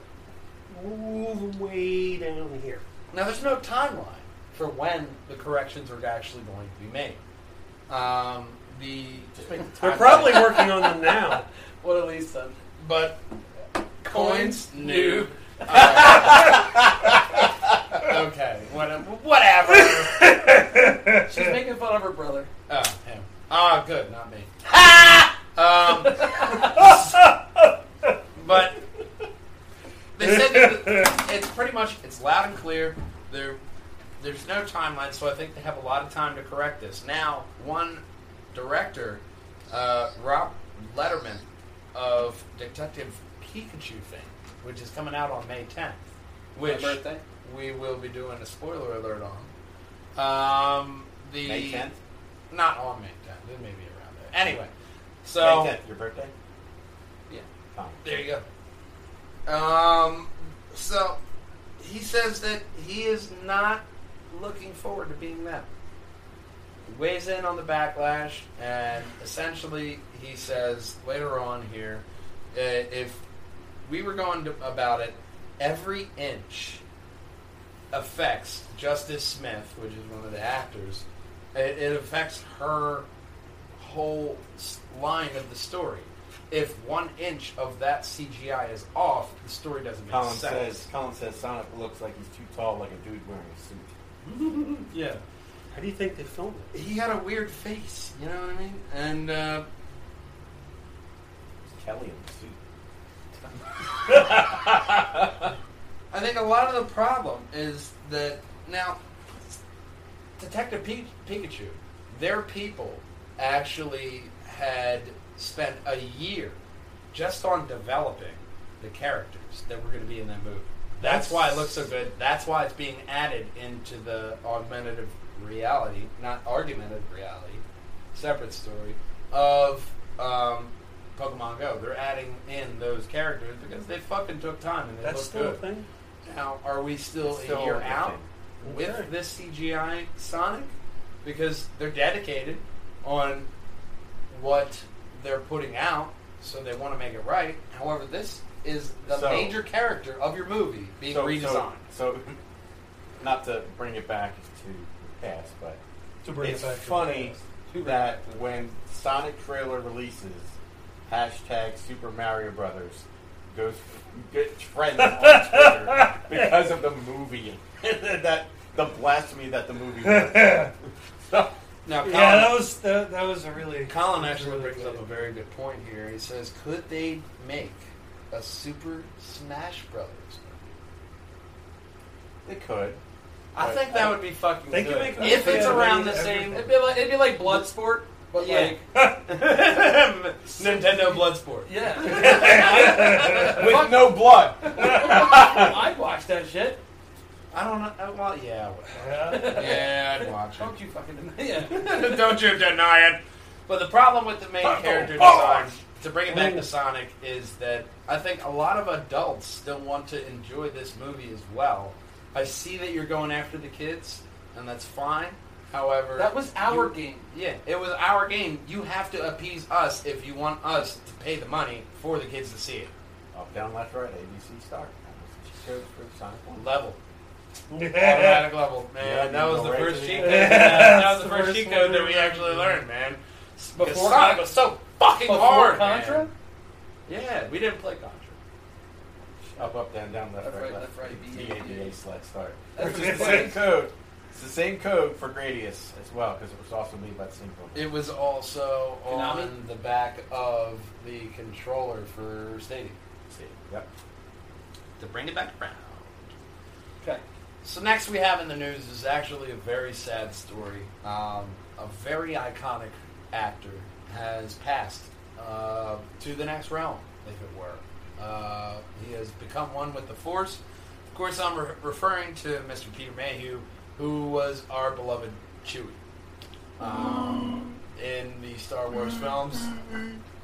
move way down here.
Now, there's no timeline for when the corrections are actually going to be made. Um, the
Just make the
They're
timeline.
probably working on them now.
What at least done?
but coins
Coins,
new.
new.
okay, what, whatever.
She's making fun of her brother.
Oh, him. Ah, good, not me. um, but they said that it's pretty much it's loud and clear. There, there's no timeline, so I think they have a lot of time to correct this. Now, one director, uh, Rob Letterman of Detective Pikachu thing, which is coming out on May 10th, which
birthday?
we will be doing a spoiler alert on. Um, the
May 10th?
not on May 10th. It may be around there. Anyway, so
May 10th, your birthday?
yeah,
Tom.
there you go. Um, so he says that he is not looking forward to being them. He weighs in on the backlash, and essentially he says later on here, uh, if we were going to, about it, every inch affects Justice Smith, which is one of the actors. It, it affects her whole s- line of the story. If one inch of that CGI is off, the story doesn't make
Colin
sense.
says, Colin says Sonic looks like he's too tall, like a dude wearing a suit.
yeah.
How do you think they filmed it?
He had a weird face, you know what I mean? And uh,
It's Kelly in the suit.
I think a lot of the problem is that now Detective Pi- Pikachu, their people actually had spent a year just on developing the characters that were going to be in that movie. That's why it looks so good. That's why it's being added into the augmentative reality, not argumentative reality, separate story of um, Pokemon Go. They're adding in those characters because they fucking took time and they
That's
look
still
good.
a thing.
Now, are we still,
It's still
a year
a
out
thing.
with
Okay.
this CGI Sonic? Because they're dedicated on what they're putting out, so they want to make it right. However, this is the
So-
major character of your movie being redesigned.
So, so, not to bring it back to the past, but
To bring
it's
it back to
funny
the past.
that when Sonic trailer releases, hashtag Super Mario Brothers goes get trends on Twitter because of the movie. that the blasphemy that the movie was. So,
now, Colin,
Yeah, that was that, that was a really
Colin actually
really
brings up a very good point here. He says, could they make a Super Smash Brothers movie?
they could.
I
Right.
think that would be fucking
They
good.
could make that.
if it's
Yeah,
around the
they-
same
everything.
It'd be like it'd be like Bloodsport, but
Yeah.
like
Nintendo Bloodsport.
yeah,
With no blood.
I'd watch that shit.
I don't know. uh, Well, yeah. I would.
Yeah.
Yeah, I'd watch
Don't you fucking deny- yeah.
it. don't you deny it. But the problem with the main
Buckle
character
forward.
design, to bring it back to Sonic, is that I think a lot of adults still want to enjoy this movie as well. I see that you're going after the kids, and that's fine. However,
That was our
you-
game.
Yeah, it was our game. You have to appease us if you want us to pay the money for the kids to see it.
Up, down, left, right, ABC Star. That was what She chose for Sonic One.
Level.
yeah.
Automatic level, man.
Yeah,
that
you
was
go
the
right
first
to the
cheat
end.
code. that was the
That's the
first
first
cheat code that we
one.
actually learned, man.
Before
Because Sonic
Con-
was so fucking
Before
hard. man.
Contra?
Yeah, we didn't play Contra.
Up, up, down, down, left,
Left,
right,
right,
left,
left, right, B,
B,
A,
A, B,
B,
A,
A.
select start.
That's
It's the
just
same
funny.
code. It's the same code for Gradius as well because it was also made by the same company.
It was also
Konami?
on the back of the controller for Stadium.
See, Yep.
To bring it back around.
Okay.
So next we have in the news is actually a very sad story. Um, a very iconic actor has passed uh, to the next realm, if it were. Uh, he has become one with the Force. Of course, I'm re- referring to Mr. Peter Mayhew, who was our beloved Chewie um, in the Star Wars films.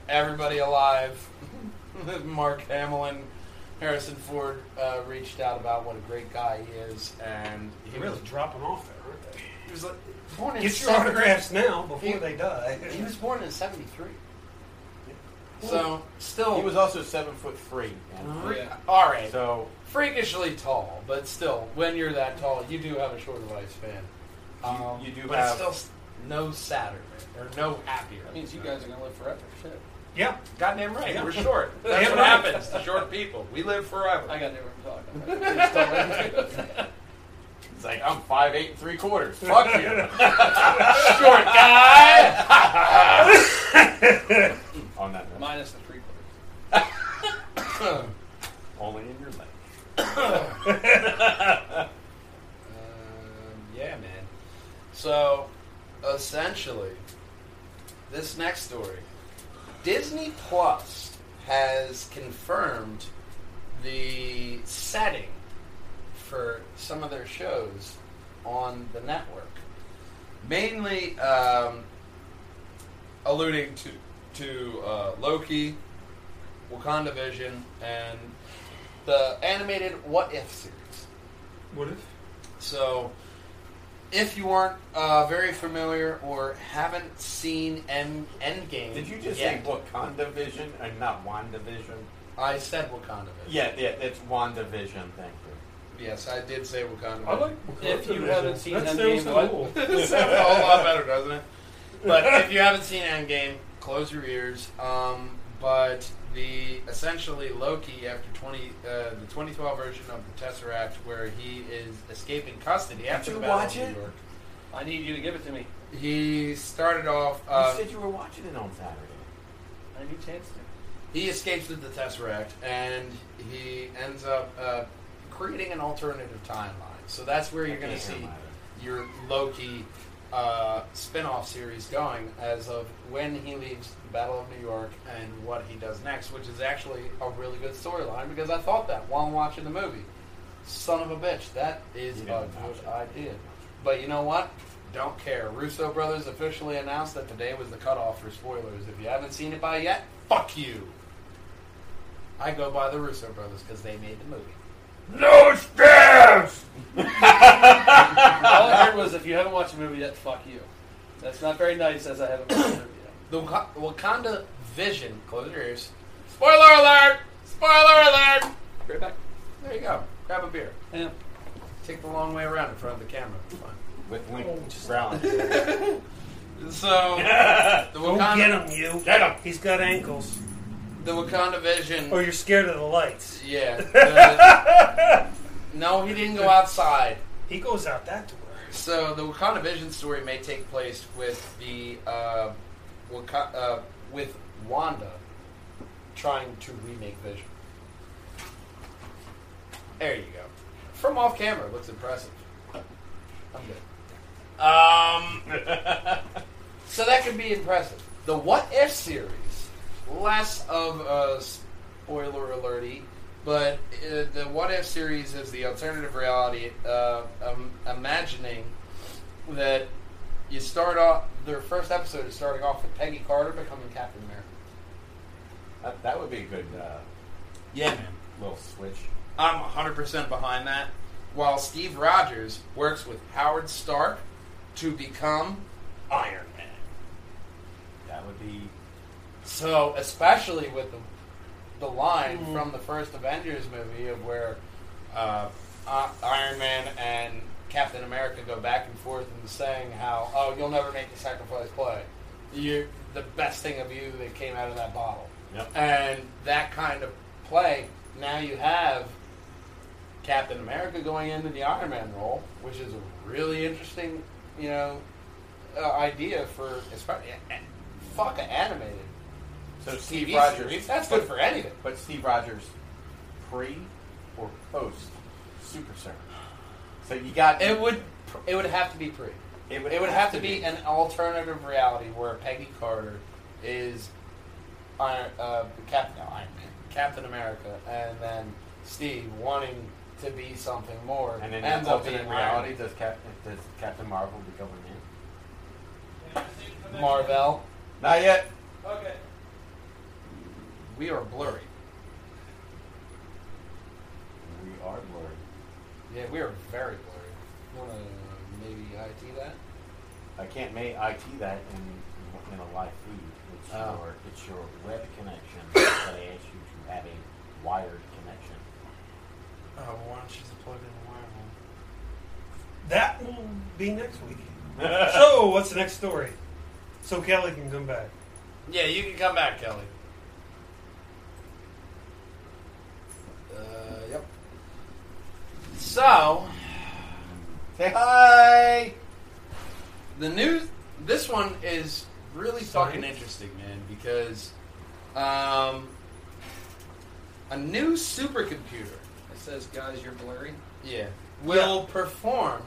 Everybody alive. Mark Hamill, Harrison Ford uh, reached out about what a great guy he is, and he
They're really
was
dropping off there, aren't they?
he was like, born in
Get your
70
autographs now before
He-
they die.
He was born in '73, so still
He was also seven foot three. man.
re-
Yeah.
all right,
So
freakishly tall, but still, when you're that tall, you do have a shorter lifespan.
You-
Um,
you do
but
have-
it's still s- no sadder or no happier.
That means you guys are gonna live forever. Shit.
yeah.
Goddamn right,
Yeah.
we're short.
Damn
That's what
right.
happens to short people. We live forever.
I got nowhere I'm talking. About.
it's like I'm five eight and three quarters. Fuck you.
short guy.
On that note,
Minus the three quarters.
only in your leg.
Um, yeah, man. So, essentially, this next story Disney Plus has confirmed the setting for some of their shows on the network. Mainly um, alluding to, to uh, Loki, WakandaVision, and the animated What If series.
What if?
So, if you aren't uh, very familiar or haven't seen M- Endgame,
Did you just
yet,
say Wakanda Vision and not WandaVision?
I said Wakanda.
Yeah, yeah, it's WandaVision. Thank you.
Yes, I did say Wakanda.
I like
If you haven't seen
that
Endgame,
sounds
what?
cool.
Sounds a whole lot better, doesn't it? But if you haven't seen Endgame, close your ears. Um, but the essentially Loki after twenty uh, the twenty twelve version of the Tesseract, where he is escaping custody after
you
the battle
watch
of
it?
New York,
I need you to give it to me.
he started off. Uh,
you said you were watching it on Saturday.
I need a chance to.
He escapes with the Tesseract and he ends up uh, creating an alternative timeline. So that's where you're going to
Can't
see
hear my-
your Loki uh, spin off series going as of when he leaves the Battle of New York and what he does next, which is actually a really good storyline because I thought that while watching the movie. Son of a bitch, that is
You
a
didn't watch
good
it.
idea. But you know what? Don't care. Russo brothers officially announced that today was the cutoff for spoilers. If you haven't seen it by yet, fuck you. I go by the Russo brothers because they made the movie.
No stabs.
All I heard was if you haven't watched a movie yet, fuck you. That's not very nice as I haven't watched a movie yet.
The Waka- Wakanda Vision. Close your ears. Spoiler alert! Spoiler alert!
Right back.
There you go. Grab a beer.
Yeah.
Take the long way around in front of the camera. It's fine.
With
Oh,
Link
just-
Rowland.
So the
Go
Wakanda,
get him, you.
Get him.
He's got ankles.
the Wakanda Vision.
Or you're scared of the lights.
Yeah. the- no, he didn't go outside.
He goes out that door.
So the Wakanda Vision story may take place with the uh, Waka- uh, with Wanda trying to remake Vision. There you go. From off camera, looks impressive. I'm good. Um, so that could be impressive. The What If series, less of a spoiler alerty, but uh, the What If series is the alternative reality, uh, um, imagining that you start off. Their first episode is starting off with Peggy Carter becoming Captain America.
That, that would be a good uh,
Yeah, man.
little switch.
I'm 100% behind that. While Steve Rogers works with Howard Stark to become Iron Man.
That would be
So, especially with the, the line from the first Avengers movie of where uh, uh, Iron Man and Captain America go back and forth and saying how, oh, you'll never make the sacrifice play. You're the best thing of you that came out of that bottle.
Yep.
And that kind of play, now you have Captain America going into the Iron Man role, which is a really interesting, you know, uh, idea for, especially, fuck, an animated
so Steve
TV
Rogers.
series. That's good for anything.
But Steve Rogers, pre or post Super Serum. So you got
It would it would have to be pre.
It
It would have to be an alternative reality where Peggy Carter is Iron, uh, Captain no, Iron Man, Captain America, and then Steve wanting to be something more
And then
ends
in
up being
alternate
Iron
reality, does, Cap- does Captain Marvel become a man?
Man. Marvel.
Not yet.
Okay.
We are blurry.
We are blurry.
Yeah, we are very blurry. Want to maybe IT that?
I can't make IT that in, in a live feed. It's
Oh.
your it's your web connection that I asked you to have a wired connection.
Oh, well, why don't you just plug in the wire hole?
That will be next week. so, what's the next story? So Kelly can come back.
Yeah, you can come back, Kelly. Uh, yep. So,
Say hi.
the news. This one is really fucking interesting, man, because um, a new supercomputer,
It says, guys, you're blurry.
yeah, will perform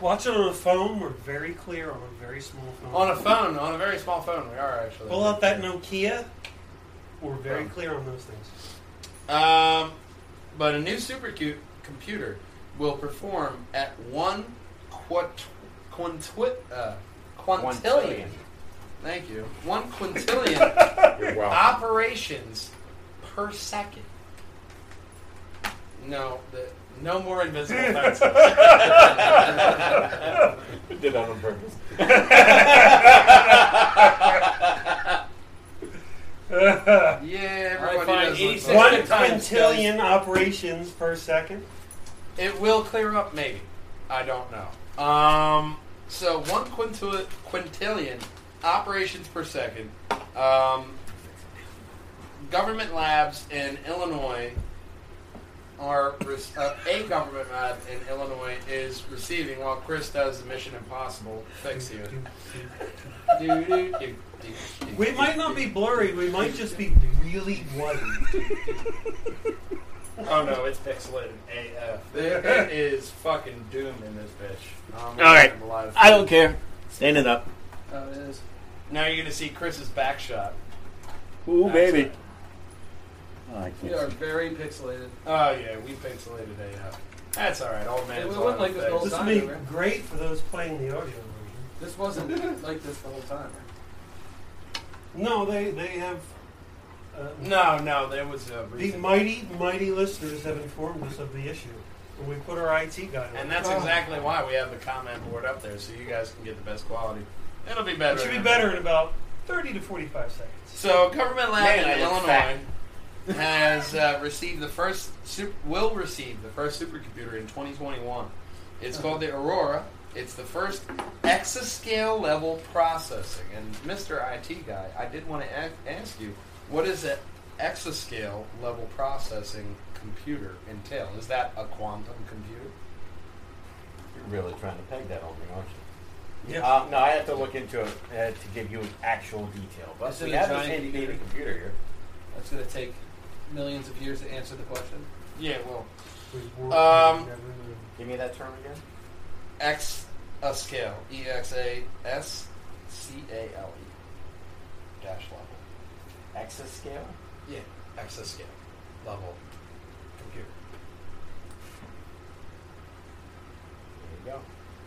Watch it on a phone. We're very clear on a very small phone.
on a phone, on a very small phone. We are actually.
Pull out that Nokia. We're very
Phone.
clear on those things.
Um, but a new supercomputer will perform at one quat, quanti, uh,
One
quintillion.
trillion.
Thank you. One quintillion
You're
Oh.
welcome.
operations per second. No, the, no more invisible fences.
I did that on purpose.
yeah,
All right,
everybody
fine,
knows what
86
that
One
is.
times,
quintillion operations per second.
It will clear up, maybe. I don't know. Um, so one quintil- quintillion operations per second. Um, government labs in Illinois are re- uh, a government lab in Illinois is receiving while Chris does the Mission Impossible fix here. Do, do, do, do, do,
We might not be blurry. We might just be really white.
Oh no, it's pixelated AF. It, it is fucking doom in this bitch. Um,
All right.
I'm alive.
I don't care. Stand it up.
Oh, it is.
Now you're gonna see Chris's back shot.
Ooh, baby.
Excellent.
Oh, I
We
can't
are
see.
very pixelated.
Oh yeah, we pixelated AF. That's all right, old man.
It wouldn't like this whole-
This would be great for those playing the audio version.
This wasn't like this the whole time.
No, they they have. Uh,
No, no, there was a
The
reason.
mighty mighty listeners have informed us of the issue, and we put our IT guy. on Oh,
and
it.
that's
Oh.
exactly why we have the comment board up there, so you guys can get the best quality. It'll be better.
it should be
than-
better in about thirty to forty-five seconds.
So, government lab
Man,
in
I look
Illinois has uh, received the first sup- will receive the first supercomputer in 2021. It's called the Aurora. It's the first exascale level processing. And Mr. IT guy, I did want to a- ask you, what is an exascale level processing computer entail? Is that a quantum computer?
You're really trying to peg that on me, aren't you?
Yeah.
Uh, no, I have to look into it uh, to give you actual detail. But
Is it
we
a
have this
giant
handy dandy
computer?
computer here.
That's going to take millions of years to answer the question.
Yeah, well,
We were-
Um,
Give me that term again.
X a scale. E X A S C A L E. Dash level.
Exascale.
Yeah. Exascale level computer.
There you go.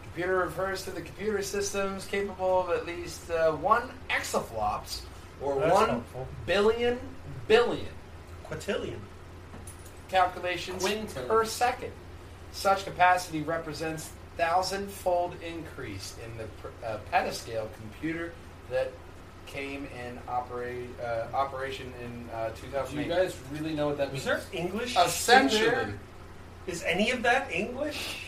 Computer refers to the computer systems capable of at least uh, one exaflops or
That's
one
helpful.
billion billion
Quintillion.
calculations
Quintillion.
per second. Such capacity represents thousand fold increase in the pr- uh, petascale computer that came in opera- uh, operation in uh,
Do you
2008.
guys really know what that means?
Was there English?
essentially,
there? Is any of that English?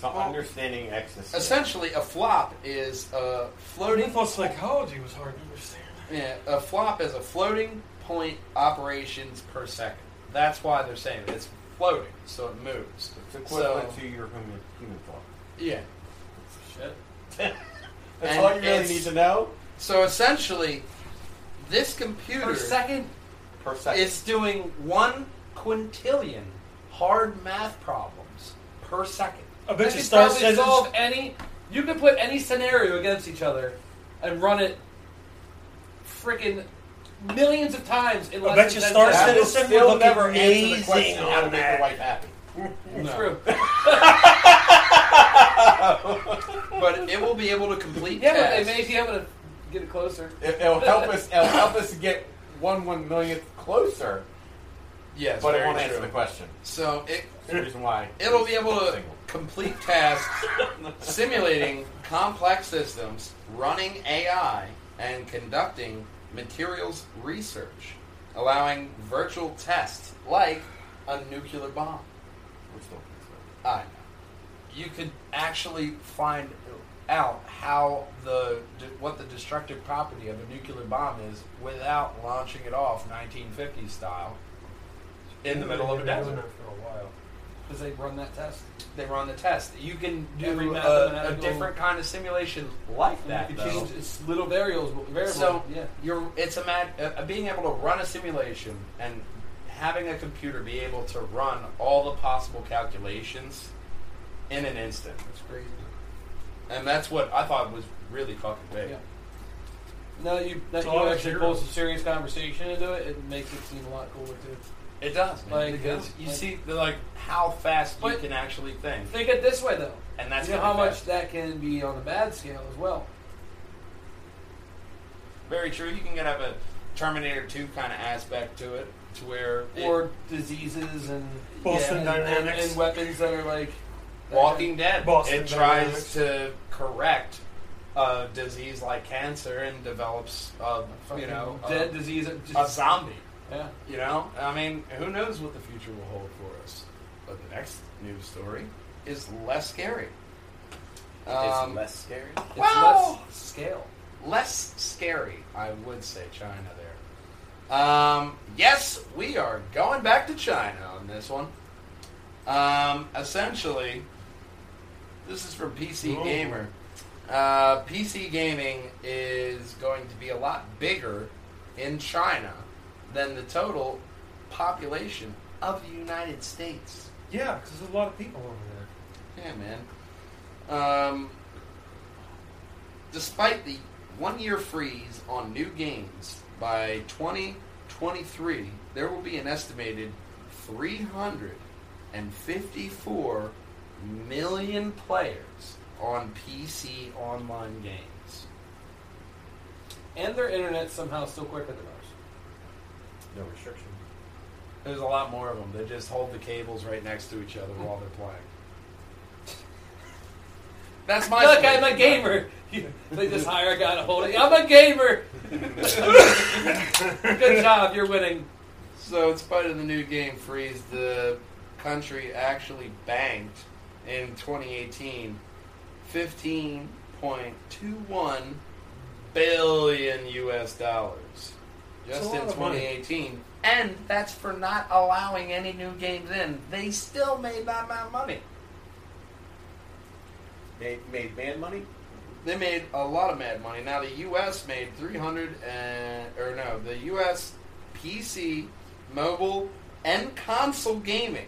So understanding ecstasy.
essentially, a flop is a floating.
psychology was hard to understand.
Yeah, a flop is a floating point operations per second. That's why they're saying it's floating, so it moves.
It's equivalent
So-
to your human, human thought.
Yeah.
Shit.
That's
And
all you really
it's-
need to know
So essentially, this computer
Per second?
per second.
is doing one quintillion hard math problems per second.
I
I
bet you
could
Star
probably
says
solve any. You could put any scenario against each other and run it freaking millions of times in less
bet
than
you
10
Star
seconds.
that will
Citizen would
still
look
never answer the
amazing
question how to
on
make
that.
your wife happy.
No.
True.
But it will be able to complete
Yeah, but they
tasks.
may be able to get it closer.
It, it'll help us. It'll help us get one one millionth closer,
Yes,
but it
very
won't answer
true.
the question.
So it
That's the reason why
It'll be able to
Single.
complete tasks simulating complex systems, running AI, and conducting materials research, allowing virtual tests like a nuclear bomb.
We're still concerned.
I know. You could actually find out how the what the destructive property of a nuclear bomb is without launching it off 1950s style in the middle of a desert.
for a while.
Because they run that test.
they run the test. You can
Every
do a, a
mathematical-
different kind of simulation like that.
you could
though.
change it's little variables. variables
So
yeah.
you're it's a mad, uh, being able to run a simulation and having a computer be able to run all the possible calculations in an instant,
It's crazy.
and that's what I thought was really fucking big.
Yeah. Now that you, that
It's
you
all
actually
zero.
pull some serious conversation into it, it makes it seem a lot cooler too.
It does, man,
Like,
because
yeah,
you
like-
see the, like how fast you
But-
can actually think,
Think it this way though.
and that's
you know
gonna
how
be
much
fast.
that can be on a bad scale as well.
Very true. You can have a Terminator Two kind of aspect to it, to where it-
or diseases and
Boston
and- and-
Dynamics.
and, weapons that are like that
Walking Dead.
Boston
it tries
Dynamics.
to correct a disease like cancer and develops, a,
are fucking
you know, a-
dead disease. that
a,
Just,
zombie.
yeah,
You know, I mean, who knows what the future will hold for us? But the next news story is less scary. Um,
it's less scary.
it's
Wow.
less scale.
less scary, I would say China there. Um, yes, we are going back to China on this one. Um, essentially, this is from PC
Ooh.
Gamer. Uh, PC gaming is going to be a lot bigger in China than the total population of the United States.
Yeah, because there's a lot of people over there.
Yeah, man. Um, despite the one year freeze on new games, by 2023, there will be an estimated 354 million players on PC online games.
And their internet somehow still quicker than ours.
No restriction.
There's a lot more of them. They just hold the cables right next to each other while they're playing. That's my
Look,
story.
I'm a gamer. they just hire a guy to hold it. I'm a gamer. Good job, you're winning.
So, in spite of the new game freeze, the country actually banked in 2018 15.21 billion US dollars
That's
just
a
in
lot of money.
2018. And that's for not allowing any new games in. They still made that amount of money.
Made, made man money.
They made a lot of mad money. Now the U.S. made 300 and or no, the U.S. PC, mobile, and console gaming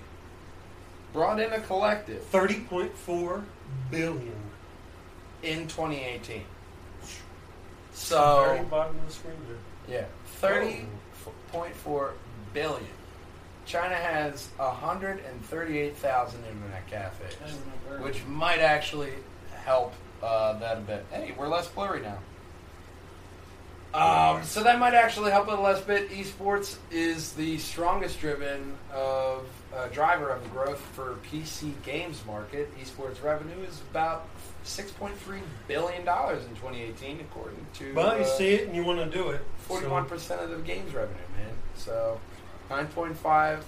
brought in a collective
30.4 billion.
in 2018.
Very
So
bottom of the screen there.
yeah, 30.4 billion. China has 138,000 internet cafes,
I don't know where-
which might actually help uh, that a bit. Hey, we're less blurry now. Um, so that might actually help it a less bit. Esports is the strongest driven of uh, driver of the growth for PC games market. Esports revenue is about six point three billion dollars in 2018, according to uh,
But you see it and you want to do it. so-
forty-one percent of the games revenue, man. So nine point five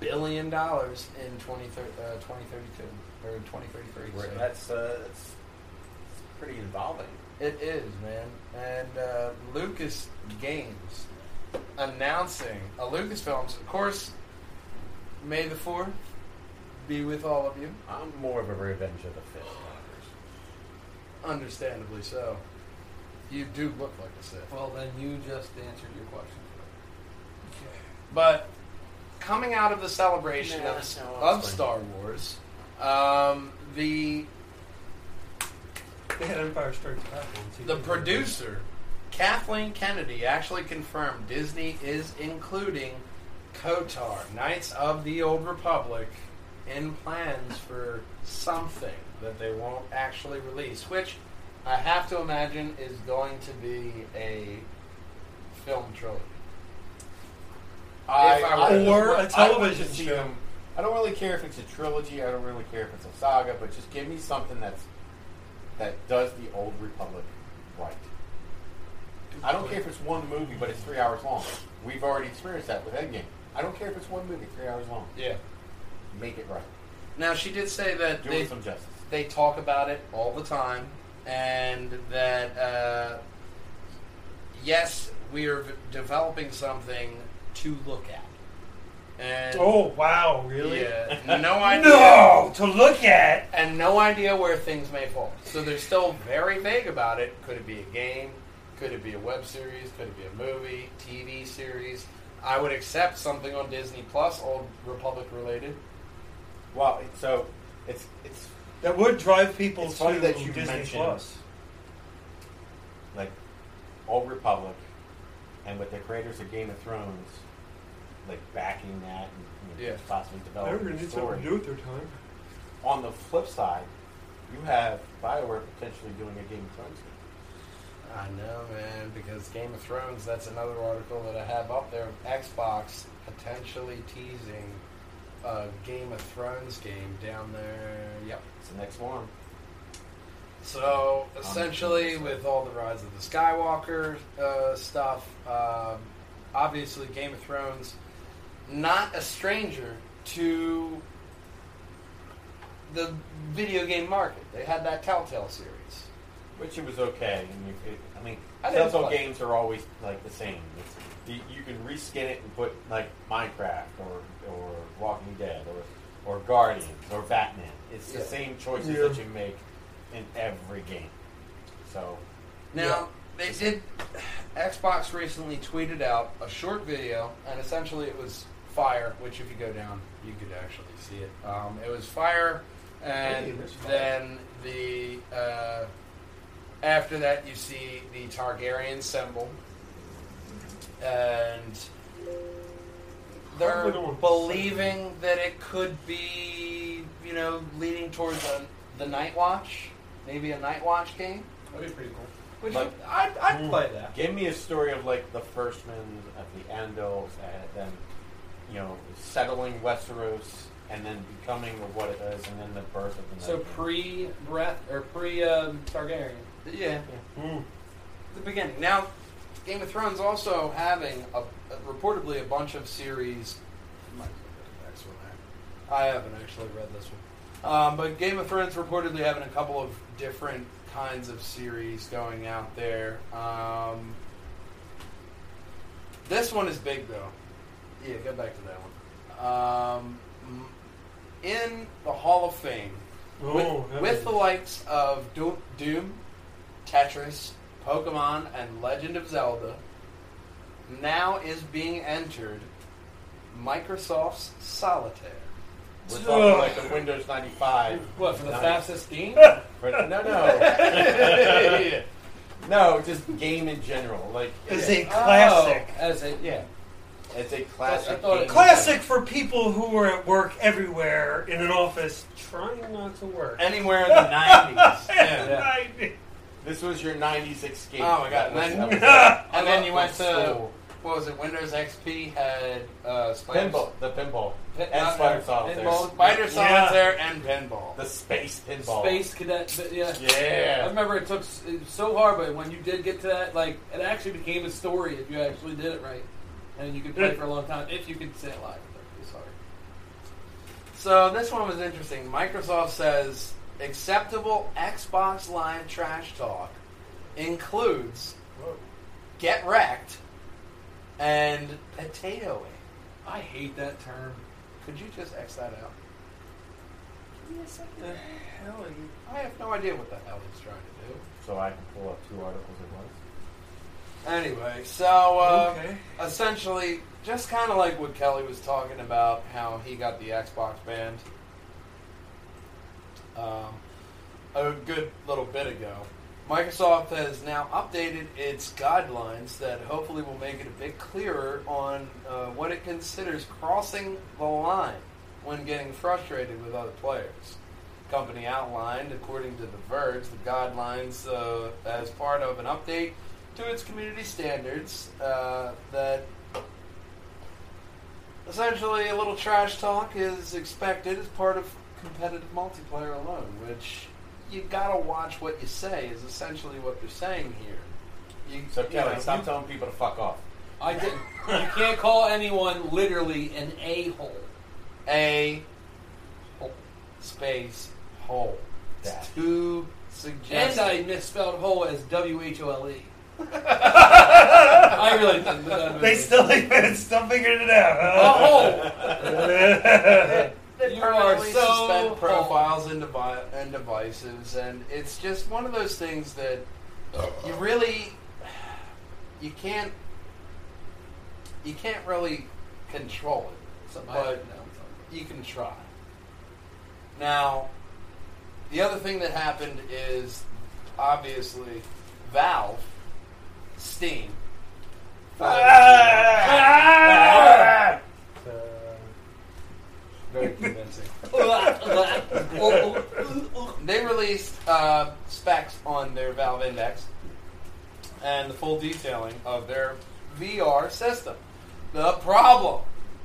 billion dollars in 20, uh, 2032 or 2033.
Right,
So-
That's, uh, that's it's pretty involving.
it is, man. And uh, Lucas Games announcing uh, Lucasfilms, of course. May the fourth be with all of you.
I'm more of a Revenge of the Fifth. guy.
Understandably so. You do look like a Sith.
Well, then you just answered your question.
But coming out of the celebration
Nah,
of,
no, it's
of
fine.
Star Wars, um, the
They had Empire Strikes Back. on TV.
The producer, Kathleen Kennedy, actually confirmed Disney is including Kotar, Knights of the Old Republic, in plans for something that they won't actually release, which I have to imagine is going to be a film trilogy.
I,
If I
I
were-
Or
just want-
a
I want
television
to see
show.
them- I don't really care if it's a trilogy. I don't really care if it's a saga, but just give me something that's that does the Old Republic right. I don't care if it's one movie, but it's three hours long. We've already experienced that with Endgame. I don't care if it's one movie, three hours long.
Yeah.
Make it right.
Now, she did say that
Do
they,
it some justice.
they talk about it all the time, and that uh, yes, we are v- developing something to look at. And
Oh wow! Really?
yeah, no idea,
No, to look at.
and no idea where things may fall. So they're still very vague about it. Could it be a game? Could it be a web series? Could it be a movie, TV series? I would accept something on Disney Plus, Old Republic related.
Well, it- so it's it's
That would drive people
It's
to
funny that you
Disney
mentioned-
Plus.
like Old Republic, and with the creators of Game of Thrones, like backing that and you know,
Yeah.
possibly
They're
developing
going to
the
need something
story.
to do with their time.
On the flip side, you have Bioware potentially doing a Game of Thrones. game.
I know, man, because Game of Thrones, that's another article that I have up there. Xbox potentially teasing a Game of Thrones game down there. Yep.
It's the next one.
So, essentially, with all the Rise of the Skywalker uh, stuff, um, obviously, Game of Thrones, not a stranger to the video game market. They had that Telltale series.
Which it was okay. And you, it, I mean,
I didn't
Telltale
play.
games are always like the same. It's, you, you can reskin it and put like Minecraft or or Walking Dead or or Guardians or Batman. It's
Yeah.
the same choices
Yeah.
that you make in every game. So
Now, they did. Xbox recently tweeted out a short video, and essentially it was fire, which if you go down, you could actually see it. Um, it was fire,
Hey,
and
there's fire.
then the. Uh, after that, you see the Targaryen symbol. And they're
Probably don't-
believing that it could be, you know, leading towards a, the Night Watch, maybe a Night Watch game.
That'd be pretty cool.
Which
Like-
I'd, I'd play that.
Give me a story of like the first men of the Andals and then you know settling Westeros and then becoming of what it is and then the birth of the
So
Night King.
pre breath or pre um, Targaryen.
Yeah,
Mm.
the beginning. Now, Game of Thrones also having a, reportedly a bunch of series. I might go to the next one there. I haven't actually read this one. Um, but Game of Thrones reportedly having a couple of different kinds of series going out there. Um, this one is big though. Yeah, go back to that one. Um, m- in the Hall of Fame,
Oh,
with, with the likes of Doom, Doom, Tetris, Pokemon, and Legend of Zelda, now is being entered Microsoft's Solitaire.
We're talking like a Windows 95.
What for the
Nice.
fastest game?
But no, no.
yeah.
no, just game in general. Like,
It's a
Oh.
classic.
Oh, As a
yeah.
it's a classic
I thought it-
game.
Classic for people who are at work everywhere in an office trying not to work.
Anywhere in the 90s. Yeah.
I-
This was your '90s escape.
Oh my God.
That was-
And then-
that was-
and then you
from
went to
school.
what was it? Windows XP had uh, spiders.
pinball, the pinball,
Pin-
and
uh,
spider
pinball.
solitaire,
Spider solitaire and
the
pinball.
space pinball,
Space cadet. But yeah. I
Yeah,
remember it took s- it was so hard, but when you did get to that, like it actually became a story if you actually did it right, and you could play for a long time if you could stay alive. It's hard.
So this one was interesting. Microsoft says acceptable Xbox Live trash talk includes get wrecked and potatoing.
I hate that term.
Could you just X that out? Yes, I the hell I have no idea what the hell he's trying to do.
so I can pull up two articles at once.
Anyway, so uh, essentially, just kind of like what Kelly was talking about, how he got the Xbox banned um, a good little bit ago. Microsoft has now updated its guidelines that hopefully will make it a bit clearer on uh, what it considers crossing the line when getting frustrated with other players company outlined, according to The Verge, the guidelines uh, as part of an update to its community standards uh, that essentially a little trash talk is expected as part of competitive multiplayer alone, which you gotta watch what you say is essentially what they're saying here. You,
So
you
Kelly,
know,
stop
you-
telling people to fuck off.
I did. you can't call anyone literally an a hole.
a space hole.
That.
And
Two suggestions.
I misspelled hole as W H O L E. I really didn't. but that
They
was-
still, they still figured it
a
out.
hole.
oh.
They
You are
permanently
so
suspend
old.
profiles and, devi- and devices, and it's just one of those things that you really you can't you can't really control it,
Something I
but
don't know.
you can try. Now, the other thing that happened is obviously Valve, Steam.
Ah!
Very convincing. They released uh, specs on their Valve Index and the full detailing of their VR system. The problem,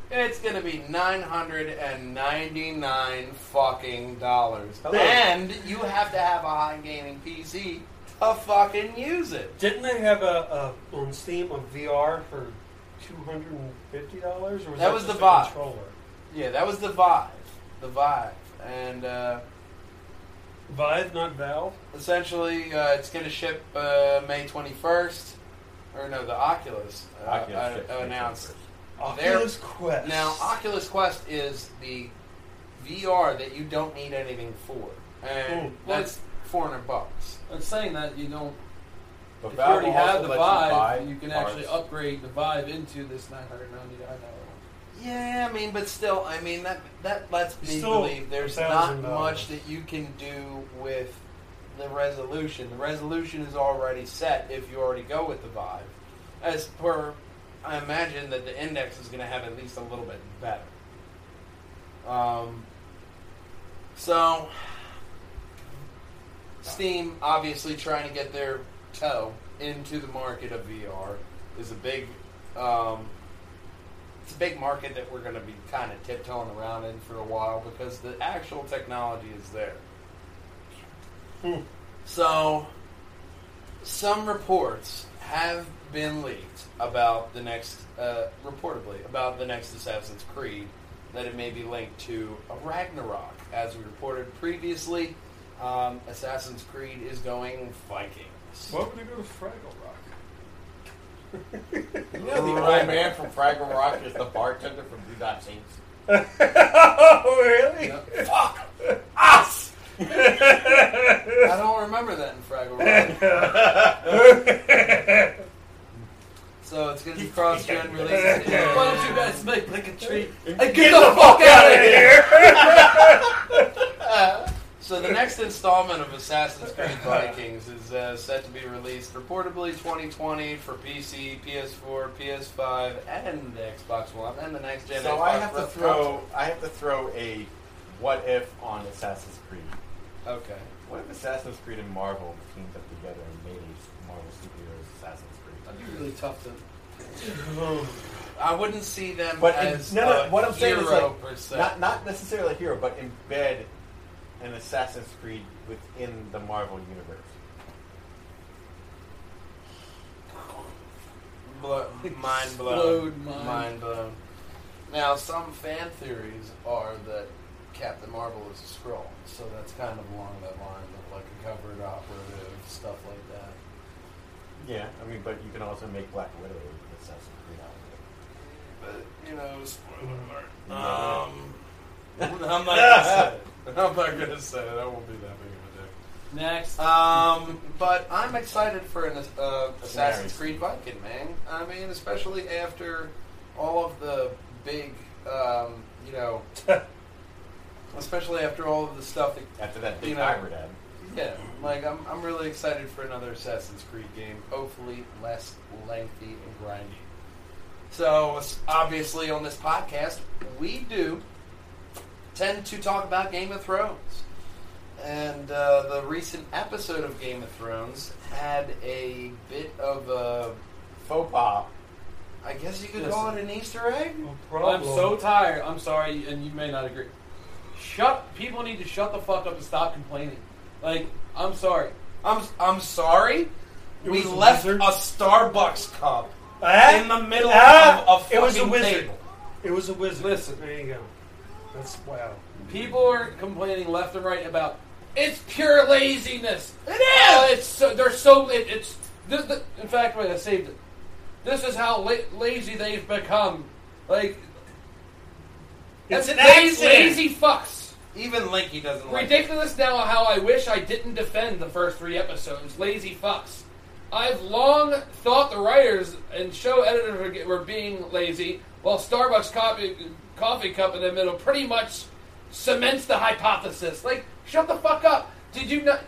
it's going to be nine hundred and ninety-nine fucking dollars,
Hello.
and you have to have a high gaming PC to fucking use it.
Didn't they have a, a on Steam a VR for two hundred and fifty dollars? Or was
That
that,
was
just
the
a
Vive.
controller?
Yeah, that was the Vive, the Vive, and uh,
Vive, not Valve.
essentially uh, it's going to ship uh, May twenty-first, or no, the Oculus, uh,
Oculus
uh,
ships
announced. There-
Oculus Quest.
Now, Oculus Quest is the VR that you don't need anything for, and
Mm.
that's four hundred bucks.
I'm saying that you don't.
But
if you
Valve
already
will
have
also
the
let
Vive,
buy
you, can
parts.
actually upgrade the Vive into this 999 dollars.
Yeah, I mean, but still, I mean that that lets me
Still
believe there's not
$1,000.
much that you can do with the resolution. The resolution is already set if you already go with the Vive. As per, I imagine that the index is going to have at least a little bit better. Um, so Steam obviously trying to get their toe into the market of VR is a big um, it's a big market that we're going to be kind of tiptoeing around in for a while because the actual technology is there.
Hmm.
So some reports have been leaked about the next uh, reportedly about the next Assassin's Creed that it may be linked to a Ragnarok as we reported previously um, Assassin's Creed is going Vikings.
Welcome to go to Fraggle Rock.
You know the old man from Fraggle Rock is the bartender from Do Not Saints.
oh really?
I don't remember that in Fraggle Rock. so it's going to be cross-gen released. in-
Why don't you guys make like a tree?
Hey, get the fuck out of here! so the next installment of Assassin's Creed Vikings is uh, set to be released reportedly 2020 for PC, PS4, PS5, and the Xbox One, and the next gen.
So
Xbox
I have to
One.
throw I have to throw a what if on Assassin's Creed.
Okay.
What if Assassin's Creed and Marvel teamed up together and made a Marvel superheroes Assassin's Creed?
That'd be really tough to.
I wouldn't see them
But in-
as
no, no,
a
what I'm saying
hero
is, like,
per se.
Not not necessarily a hero, but embed an Assassin's Creed within the Marvel universe.
Blo- mind blown.
Explode mind.
blown. Now, some fan theories are that Captain Marvel is a scroll, so that's kind of along that line of like a covered operative stuff like that.
Yeah, I mean, but you can also make Black Widow an Assassin's Creed. out of it.
But you know, spoiler alert. Um, I'm not gonna say it. I'm not gonna say it. I won't be that big of a dick.
Next. Uh,
Um, but I'm excited for an uh, Assassin's
Scenarios.
Creed Viking, man. I mean, especially after all of the big, um, you know, especially after all of the stuff that,
After that big
You know.
hybrid ad.
yeah, like, I'm, I'm really excited for another Assassin's Creed game. Hopefully less lengthy and grindy. So, s- obviously, on this podcast, we do tend to talk about Game of Thrones. And uh, the recent episode of Game of Thrones had a bit of a,
Faux pas.
I guess you could call it an Easter egg.
I'm so tired. I'm sorry, and you may not agree. Shut. People need to shut the fuck up and stop complaining. Like, I'm sorry.
I'm I'm sorry,
It
we
was a
left
wizard.
a Starbucks cup
Ah,
in the middle
ah,
of a fucking
it was a wizard.
table.
It was a wizard.
Listen.
there you go. That's wow.
People are complaining left and right about it's pure laziness. It is. it's so, they're so. It, it's this, the, in fact, wait, I saved it. This is how la- lazy they've become. Like
It's
that's
lazy.
lazy fucks.
Even Linky doesn't like it.
Ridiculous now how I wish I didn't defend the first three episodes. Lazy fucks. I've long thought the writers and show editors were ge- were being lazy, while Starbucks coffee, coffee cup in the middle pretty much cements the hypothesis. Like, shut the fuck up. Did you not?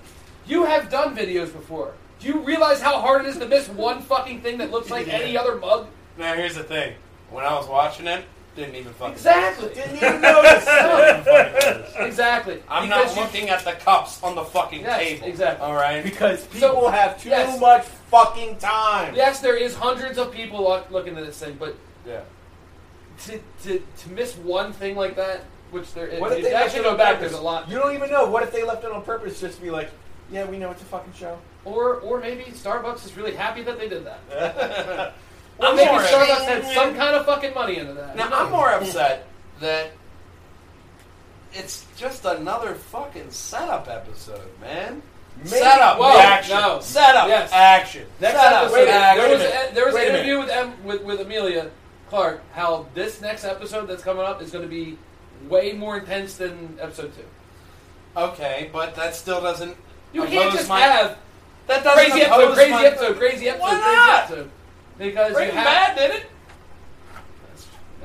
You have done videos before. Do you realize how hard it is to miss one fucking thing that looks like any other mug?
Now here's the thing: when I was watching it, didn't even fucking
Exactly.
didn't even notice.
Exactly.
I'm not
Because you-
looking at the cups on the fucking
Yes,
table.
exactly.
All right.
Because people
So,
have too
yes.
much fucking time.
Yes, there is hundreds of people lo- looking at this thing, but
Yeah.
to, to, to miss one thing like that, which there is.
What if
If you
they left
actually
it
go
on
back,
purpose?
there's a lot.
You don't even know. What if they left it on purpose just to be like, yeah, we know it's a fucking show.
Or or maybe Starbucks is really happy that they did that.
I'm
Or maybe
more
Starbucks
upset-
had some kind of fucking money into that.
Now I'm more upset that it's just another fucking setup episode, man. Setup,
Whoa,
action,
no.
setup,
Yes.
action,
Next
setup,
episode,
action.
there was, a, there was
Wait
an
a
interview with, em, with with Amelia Clark. How this next episode that's coming up is going to be way more intense than episode two.
okay, but that still doesn't.
You can't
oppose
just
my,
have
that doesn't
crazy episode,
oppose
crazy
my,
episode, crazy episode,
Why
crazy
not?
episode. Because
Breaking
you have
Bad did it.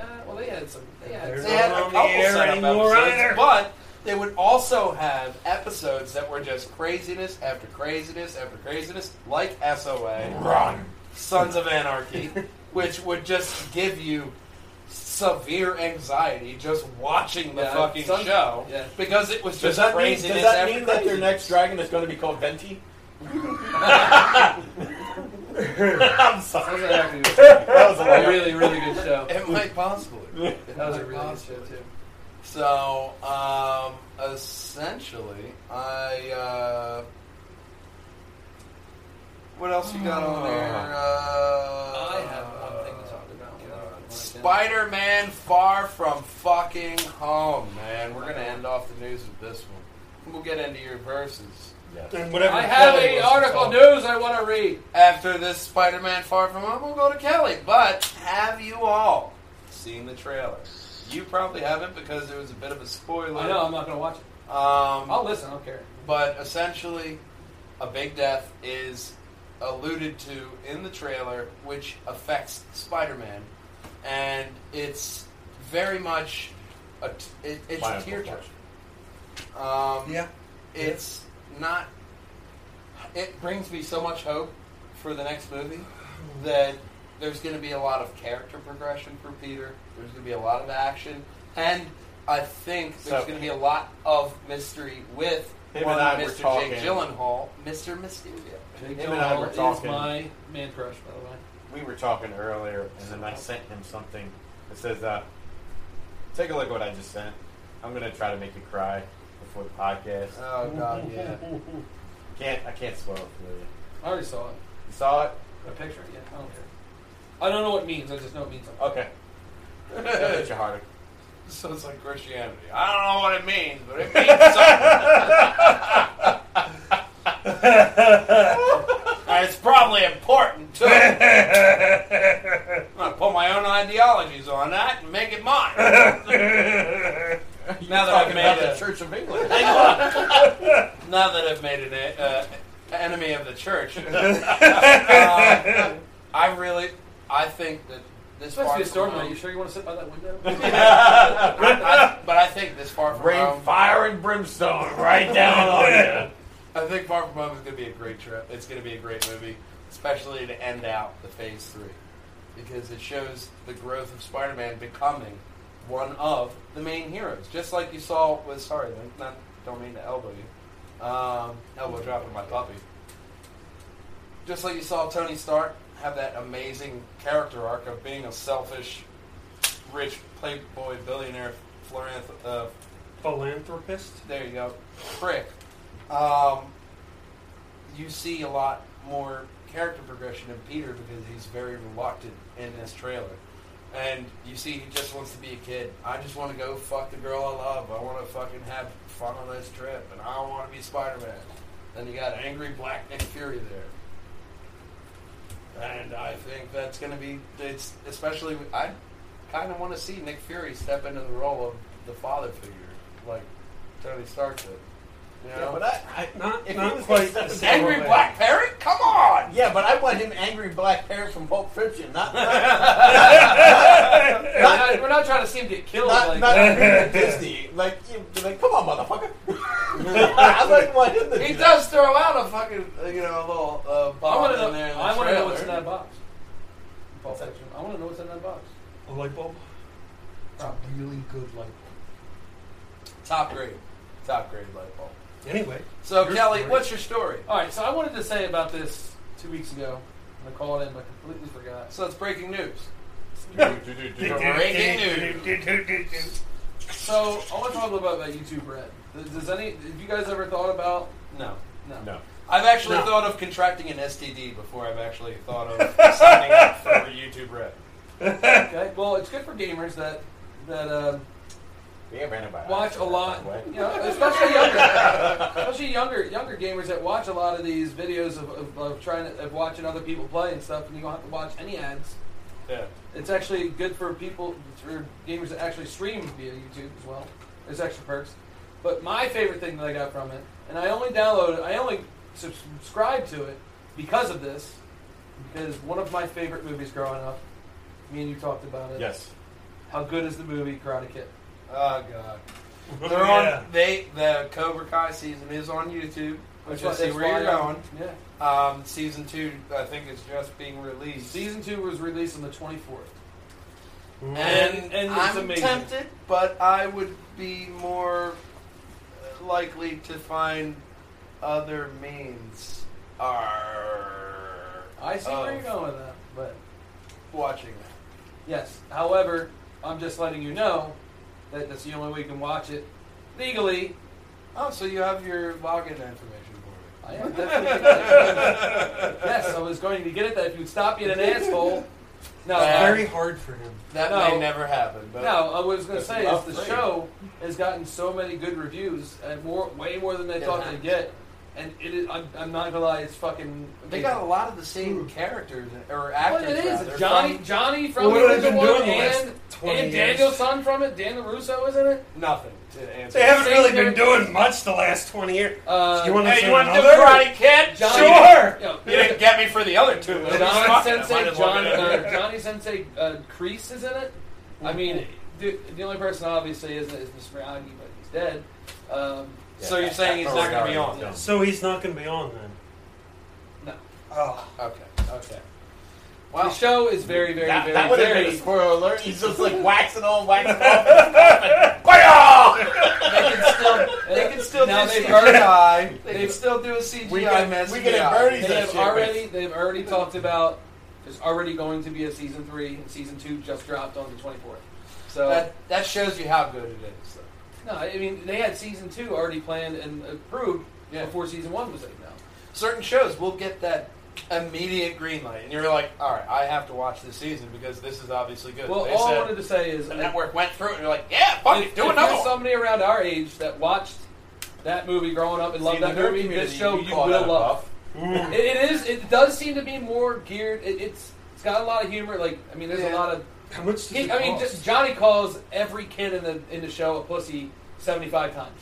Uh, well, they had some. They had
There's
some.
They had a
Not on
couple
the air
setup
anymore
episodes,
either.
but they would also have episodes that were just craziness after craziness after craziness, like SOA,
Run.
Sons of Anarchy, which would just give you severe anxiety just watching the
Yeah,
fucking
Sons-
show
yeah.
because it was
Does
just
that mean, does
craziness
that,
after
mean that their
craziness.
next dragon is going to be called Venti? I'm
That was
sorry.
actually
That was a
a
lot.
really, really good show.
It might possibly. It
That was a
might
really good
possibly.
show too.
So, um, essentially, I. Uh, what else you got on there? Uh,
I have one thing to talk about.
Spider Man Far From Fucking Home, man. We're going to end off the news with this one. We'll get into your verses.
Yes.
And whatever.
I have
Kelly
a
was
article
called.
news I want to read.
After this Spider Man Far From Home, we'll go to Kelly. But have you all seen the trailer? You probably haven't because there was a bit of a spoiler.
I know I'm not going to watch it.
Um,
I'll listen. I don't care.
But essentially, a big death is alluded to in the trailer, which affects Spider-Man, and it's very much a t- it, it's
Final
a tearjerker.
question.
Um,
Yeah.
it's not. It brings me so much hope for the next movie that there's going to be a lot of character progression for Peter. There's going to be a lot of action, and I think there's
So-
going to be a lot of mystery with
Him
one
and I were
Mr.
talking.
Jake Gyllenhaal, Mr. Mysterio.
Jake
Him and I were
Gyllenhaal
talking.
is my man crush, by the way.
We were talking earlier, and then I sent him something that says, uh, "Take a look what I just sent. I'm gonna try to make you cry before the podcast.
Oh god, yeah.
Can't I can't spoil it for you.
I already saw it.
You saw it?
A picture? Yeah, I don't care. I don't know what it means. I just know it means something.
Okay. That hit you harder.
So it's like Christianity. I don't know what it means, but it means something. And it's probably important too. I'm gonna put my own ideologies on that and make it mine. now that I've
Talking about
made
the
a,
Church of England.
Hang on. now that I've made an uh, enemy of the church, uh, I really, I think that this
It's supposed to
far
be a storm.
from
Are
home,
you sure you want to sit by that window?
I, but I think this far from
Rain,
home,
fire, and brimstone right down on you.
I think Far From Home is going to be a great trip. It's going to be a great movie, especially to end out the Phase Three, because it shows the growth of Spider-Man becoming one of the main heroes, just like you saw with sorry, not don't mean to elbow you, um, elbow dropping my puppy. Just like you saw Tony Stark have that amazing character arc of being a selfish, rich playboy billionaire philanth- uh,
Philanthropist.
there you go, prick. Um, you see a lot more character progression in Peter because he's very reluctant in this trailer. And you see, he just wants to be a kid. I just want to go fuck the girl I love. I want to fucking have fun on this trip, and I want to be Spider Man. Then you got angry Black Nick Fury there, and I think that's going to be. It's especially I kind of want to see Nick Fury step into the role of the father figure, like Tony Stark did. You know?
Yeah, but I, I
Not-
if
not
he was
quite
gonna
the
step in-
Angry Black Parrot? Come on!
Yeah, but I want him angry black parrot from Pulp Fiction, not not,
we're, not, we're not trying to see him get killed.
not,
like,
not angry at Disney. Like, you, you're like, come on, motherfucker! I wouldn't want him to.
He
do that.
does throw out a fucking, uh, you know, a little uh,
I
bomb
want to know.
in there in the
I want to know what's in
trailer.
that box. Pulp Fiction. I want to know what's in that box.
A light bulb. It's a really good light bulb.
Top grade. Top grade light bulb.
Anyway,
So,
Your
Kelly,
story.
what's your story?
All right. So I wanted to say about this two weeks ago. and I called in, but completely forgot.
So, it's breaking news.
So I want to talk a little bit about YouTube Red. Does- Does any? Have you guys ever thought about?
No.
No.
No.
I've actually
No.
thought of contracting an STD before I've actually thought of signing up for YouTube Red.
Okay. Well, it's good for gamers that that um,
We have antibiotics.
watch a lot.
by the way.
You know, especially younger, especially younger younger gamers that watch a lot of these videos of, of, of trying to, of watching other people play and stuff, and you don't have to watch any ads.
Yeah.
It's actually good for people for gamers that actually stream via YouTube as well. There's extra perks. But my favorite thing that I got from it, and I only downloaded, I only subscribed to it because of this, because one of my favorite movies growing up. Me and you talked about it.
Yes.
How good is the movie Karate Kid?
Oh, God. They're
Yeah.
on, they, the Cobra Kai season is on YouTube, which
That's
is
why-
see
that's
where you're
why I-
going.
Yeah.
Um, season two, I think, is just being released.
Season two was released on the 24th.
and,
and it's
I'm
amazing.
tempted, but I would be more likely to find other means. Are
I see where you're going with that, but
Watching
yes. However, I'm just letting you know that that's the only way you can watch it legally.
that. Oh, so you have your login information for
I
me.
am definitely yes. I was going to get at that if you'd stop being an asshole. No,
Uh,
I-
very hard for him.
That
No.
may never happen. But
no. I was going
That's
to say is
about
the
three.
show has gotten so many good reviews and more, way more than they
It
thought
has.
they'd get. And it is, I'm, I'm not gonna lie, it's fucking.
They got a lot of the same characters or
Well,
actors.
it is.
rather,
It's Johnny,
from
Johnny from
What
the
have they
original
been
one,
doing the last
and,
20
and
years?
Daniel's son from it, Dan LaRusso, isn't it?
nothing to answer.
They haven't
Same
really
here.
been doing much the last 20 years.
Uh,
you want to
Hey,
see
you want to do
another?
Karate Kid?
Johnny,
Sure.
You know,
You didn't get me for the other two. movies.
Don
Fuck it, I might
Sensei,
as well
John,
get it.
uh, Johnny Sensei uh, Crease is in it. I
Mm-hmm.
mean, the, the only person obviously isn't is Mr. Miyagi, but he's dead. Um,
So you're saying he's not going to be on?
Yeah.
So he's not going to be on then.
no.
Oh,
Okay. Okay.
The show is very, very,
That,
very,
that would have
very.
been a spoiler alert. He's just like waxing on, waxing off. Bam!
they can still, they can still
Now
do
they've
CGI. They
they've-
can still do a CGI
We get-
mess.
we get a
yeah.
birdie-
They
that
have
shit, man.
already they've already talked about there's already going to be a season three and season two just dropped on the twenty fourth. So
That that shows you how good it is. though.
no, I mean they had season two already planned and approved
Yeah.
before season one was like no.
Certain shows will get that immediate green light, and you're like, all right, I have to watch this season because this is obviously good.
Well,
They
all
said-
I wanted to say is
the network went through it, and you're like, yeah, fuck
if,
it, do
if
another
there's
one.
somebody around our age that watched that movie growing up and loved
See,
that
the nerd
movie, this
community,
show you,
call that
will
a
love.
buff.
It, it is. It does seem to be more geared. It, it's it's got a lot of humor. Like I mean, there's
Yeah.
a lot of.
How much does
He,
it
I mean,
cost?
just Johnny calls every kid in the in the show a pussy seventy five times.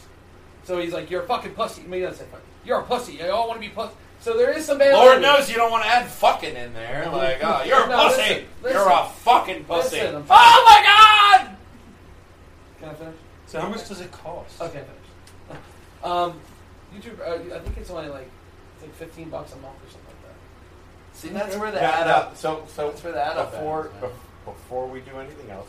So he's like, "You're a fucking pussy." I mean, he doesn't say fucking. You're a pussy. They all want to be pussy. So there is some bad.
Lord
language.
knows you don't want to add fucking in there. Like, oh, you're a
No,
pussy.
listen,
You're a
listen.
fucking pussy.
Listen, I'm
oh my god!
Can I finish?
so how much does it cost?
Okay, I finished. um, YouTube. Uh, I think it's only like it's like fifteen bucks a month or something like that.
See, that's where the
Yeah,
add
no,
up.
So, so
That's where the add up
before
ends, man.
bef- before we do anything else,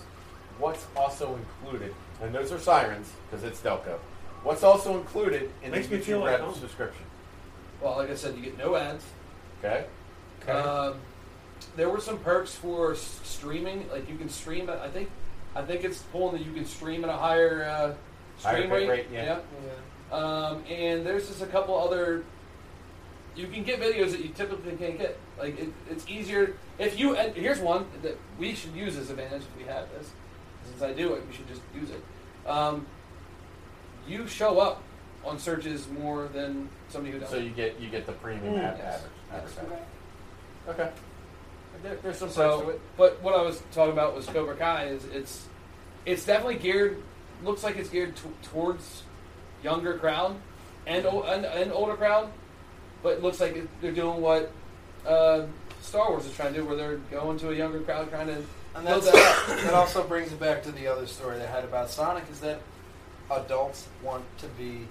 what's also included? And those are sirens because it's Delco. What's also included in
Makes
the
me feel
YouTube
like
Rebs
home.
description?
Well, like I said, you get no ads.
Okay.
Okay.
Um, there were some perks for s- streaming. Like you can stream. At, I think, I think it's pulling that you can stream at a higher uh,
Higher
stream
bit rate, yeah.
Yeah. Um, and there's just a couple other. You can get videos that you typically can't get. Like it, it's easier if you. And here's one that we should use this advantage if we have this. Since I do it, we should just use it. Um, you show up on searches more than somebody who doesn't.
So you get you get the premium
Mm.
ad,
Yes.
average. average okay. okay. There, there's some parts to
So,
it.
but what I was talking about was Cobra Kai. Is it's it's definitely geared. Looks like it's geared t- towards younger crowd and, ol- and and older crowd, but it looks like it, they're doing what uh, Star Wars is trying to do, where they're going to a younger crowd, trying to
And
build
that's,
that up.
that also brings it back to the other story they had about Sonic is that adults want to be.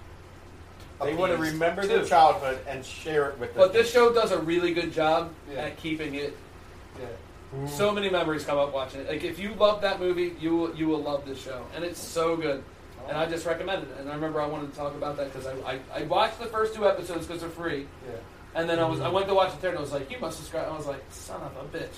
They want to
appeased
remember
too.
their childhood and share it with.
But
their
this show does a really good job
Yeah.
at keeping it.
Yeah.
Mm. Mm-hmm.
So many memories come up watching it. Like if you love that movie, you will, you will love this show, and it's so good. And I just recommend it. And I remember I wanted to talk about that because I, I, I watched the first two episodes because they're free,
Yeah.
and then I was I went to watch the third, and I was like, you must subscribe. I was like, son of a bitch.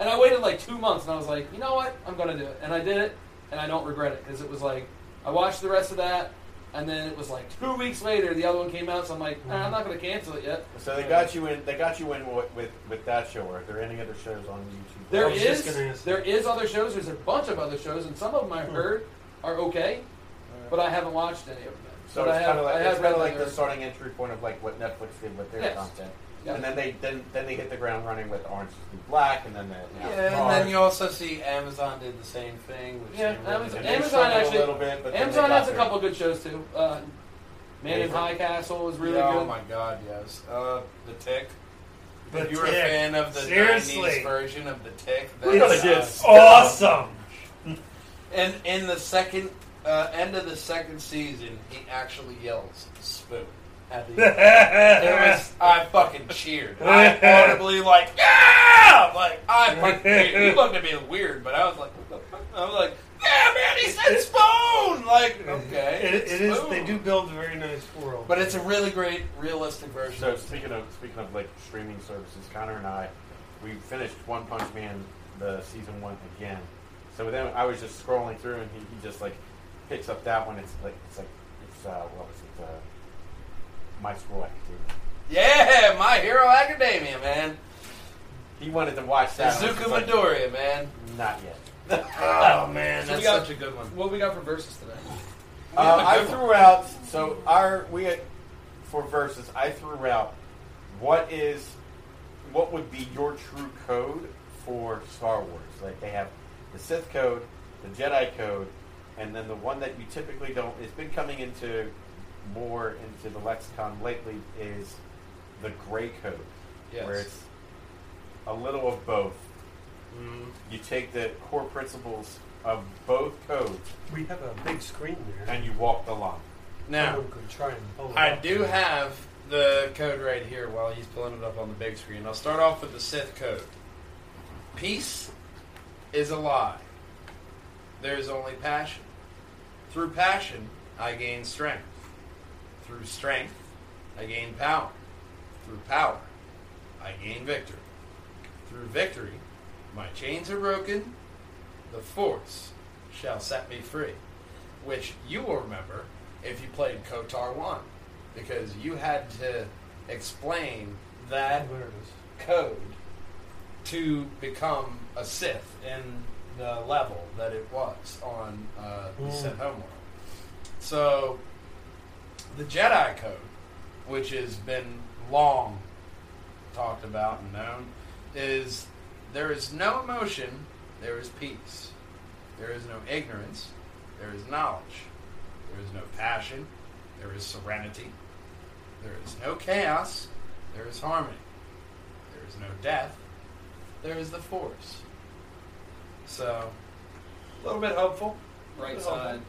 And I waited like two months, and I was like, you know what, I'm gonna do it. And I did it, and I don't regret it because it was like I watched the rest of that, and then it was like two weeks later the other one came out, so I'm like, "Nah, I'm not gonna cancel it yet.
So they got you in. They got you in with with, with that show. Or are there any other shows on YouTube?
There
I was just gonna
is
ask.
there is other shows. There's a bunch of other shows, and some of them I heard are okay, but I haven't watched any of them.
So
But I
it's kind
have-
of
I
like
have
it's kind
read
of like
that
the
there-
starting entry point of like what Netflix did with their
Yes.
content,
Yeah.
and then they then then they hit the ground running with Orange is the New Black, and then the
Yeah, and then you also see Amazon did the same thing. Which
Yeah,
they really
Amazon-
didn't
they
Amazon
struggled
actually-
a little bit, but then they
Amazon
got
has a
there.
couple good shows too. Uh, Man in
Favorite.
High Castle is really
Yeah,
good.
Oh my god, yes. Uh, the Tick.
The
if you were a
Tick.
fan of the
Seriously.
90s version of the Tick,
We're gonna
that's,
get
uh,
s-
awesome.
and in the second uh, end of the second season, he actually yells "spoon." At the end. it was I fucking cheered. I audibly like yeah, like I fucking. He looked at me weird, but I was like, what the fuck? I was like, yeah, man, he said spoon. Like okay,
It, it is. They
spoon.
do build a very nice world.
but it's a really great realistic version.
So
of
speaking of speaking of like streaming services, Connor and I, we finished One Punch Man the season one again. So then I was just scrolling through, and he, he just like picks up that one. It's like it's like it's uh, what was it? Uh, My School Academia.
Yeah, My Hero Academia, man.
He wanted to watch that. and I was
Izuku
just like,
Midoriya, man.
Not yet.
Oh man,
So we got-
a good one.
What we got for verses today?
Uh, I threw out so our we had, for verses. I threw out what is what would be your true code for Star Wars? Like they have the Sith code, the Jedi code, and then the one that you typically don't. It's been coming into more into the lexicon lately is the Gray code,
Yes.
where it's a little of both.
Mm,
You take the core principles of both codes
we have a big screen there.
and you walk the line.
Now,
Someone could try and pull it
I
up.
do have the code right here while he's pulling it up on the big screen. I'll start off with the Sith code. Peace is a lie. There is only passion. Through passion, I gain strength. Through strength, I gain power. Through power, I gain victory. Through victory, my chains are broken. The force shall set me free. Which you will remember if you played Kotar 1, because you had to explain that
Where it is.
code to become a Sith in the level that it was on uh, the
Mm.
Sith homeworld. So the Jedi code, which has been long talked about and known, is there is no emotion, there is peace. There is no ignorance, there is knowledge. There is no passion, there is serenity. There is no chaos, there is harmony. There is no death. There is the force. So, a little bit hopeful.
Right
Little
side,
hopeful.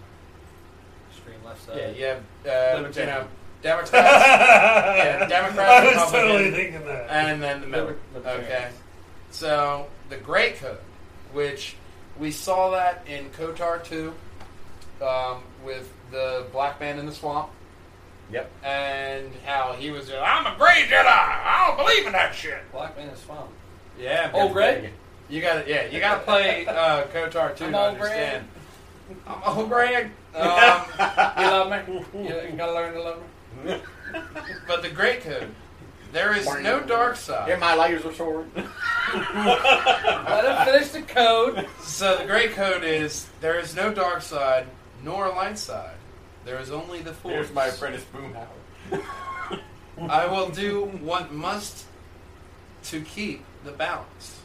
screen left side.
yeah, you have, uh, you
Libertarian.
know, Democrats Yeah, Democrat,
I was
Republican.
totally thinking that.
and then the middle.
Liber- libertarians.
Okay. So, the Great Code, which we saw that in Kotar 2 um, with the black man in the swamp.
Yep.
And how he was, I'm a great Jedi. I don't believe in that shit.
Black man is fun.
Yeah. man.
Oh, Greg?
You got to Yeah, you got to play uh, Kotar too
I'm
to
old
understand. I'm old Greg. Um,
You love me? You, you gotta learn to love me.
but the Great Code, there is no dark
Here,
side.
my lighters are short.
Let him finish the code.
So the Great Code is there is no dark side nor light side. There is only the force.
Here's my apprentice Boomhauer.
I will do what must to keep the balance.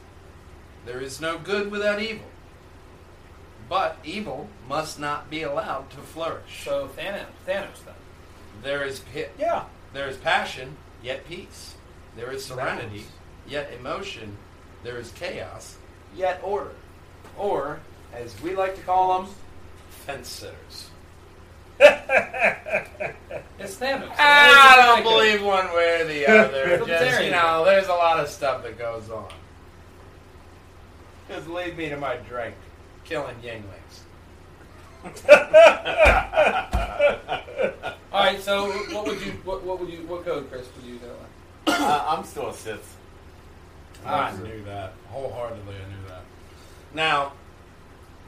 There is no good without evil. But evil must not be allowed to flourish.
So Thanos, Thanos then.
There is pit.
Yeah.
There is passion, yet peace. There is serenity, yet emotion. There is chaos, yet order. Or, as we like to call them, fence sitters.
It's Thanos.
I
Thanos
don't
is
believe one way or the other. Just, you
Libertarian.
know, there's a lot of stuff that goes on. Just lead me to my drink, killing Yinglings.
All right. So what would you? What, what would you? What code, Chris? Would you go? on?
uh, I'm still a Sith.
I knew that. Wholeheartedly, I knew that. Now,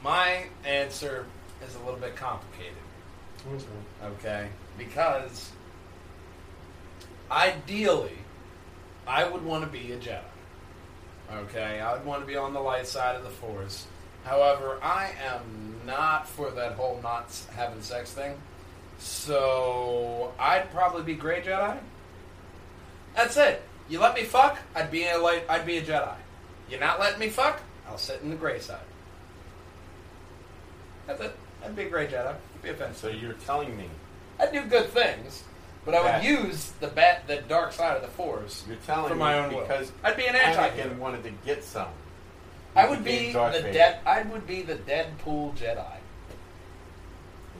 my answer is a little bit complicated. okay? Because ideally, I would want to be a Jedi, okay? I would want to be on the light side of the Force. However, I am not for that whole not s- having sex thing, so I'd probably be Grey Jedi. That's it. You let me fuck, I'd be a light, I'd be a Jedi. You're not letting me fuck, I'll sit in the gray side. That's it. I'd be a Grey Jedi. I'd be a fence.
So you're telling me,
I do good things, but I would
Bad.
use the bat, the dark side of the force
you're telling
for my
me
own
because
will. I'd be an
Anakin
anti-hero.
wanted to get some.
I would
He
be
became Darth
the
Vader.
dead. I would be the Deadpool Jedi.
Would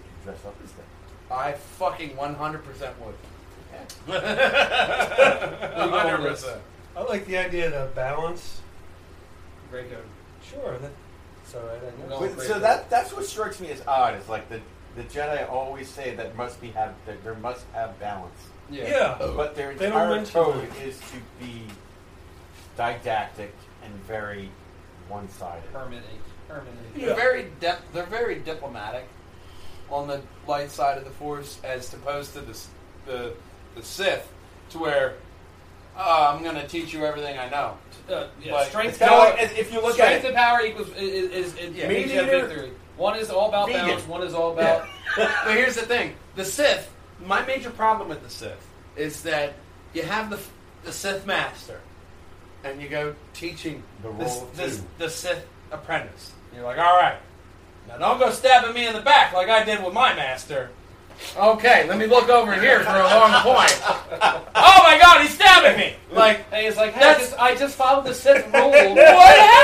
you dress up as that?
I fucking one hundred percent would.
Yeah.
One hundred percent.
I like the idea of the balance.
Great code.
Sure, that, it's all right. I
No.
guess.
But-
great.
so that that's what strikes me as odd is like the the Jedi always say that must be have that there must have balance,
Yeah.
Yeah.
but their
They don't
entire
mention
code
that.
is to be didactic and very one sided.
Permanent. Permanent.
They're very dip- they're very diplomatic on the light side of the force, as opposed to the s- the, the Sith, to where "Ah, I'm going to teach you everything I know.
Uh, yeah,
Like,
strength.
It's kind of
power-
like as if you look
strength
at
and power equals is is, is
Yeah.
means you have
Mediator.
victory. One is all about
Vegan.
balance. One is all about.
But here's the thing: the Sith. My major problem with the Sith is that you have the the Sith master, and you go teaching
The
this,
role of
this,
two.
the Sith apprentice. You're like, all right, now don't go stabbing me in the back like I did with my master. Okay, let me look over here for a long point. oh my God, he's stabbing me! Like,
Hey, it's like hey, I
That's-
just, I just followed the Sith rule.
what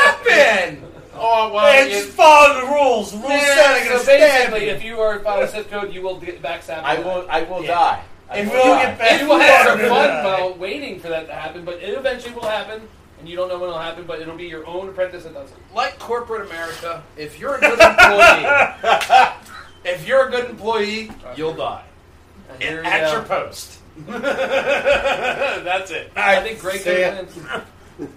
happened? Oh well,
Hey, just follow the rules. The rules said I'm
so
gonna stab
basically,
you.
if you are following Sith code, you will get back stabbed.
I will I will
Yeah.
die. I
If
will
you
die.
get back,
you will have some
to
fun
that.
while waiting for that to happen, but it eventually will happen, and you don't know when it'll happen, but it'll be your own apprentice that does it.
like corporate America, if you're a good employee, if you're a good employee, you'll die.
And
At
here we
at
go.
your post. That's it.
I think great
See ya.
game wins.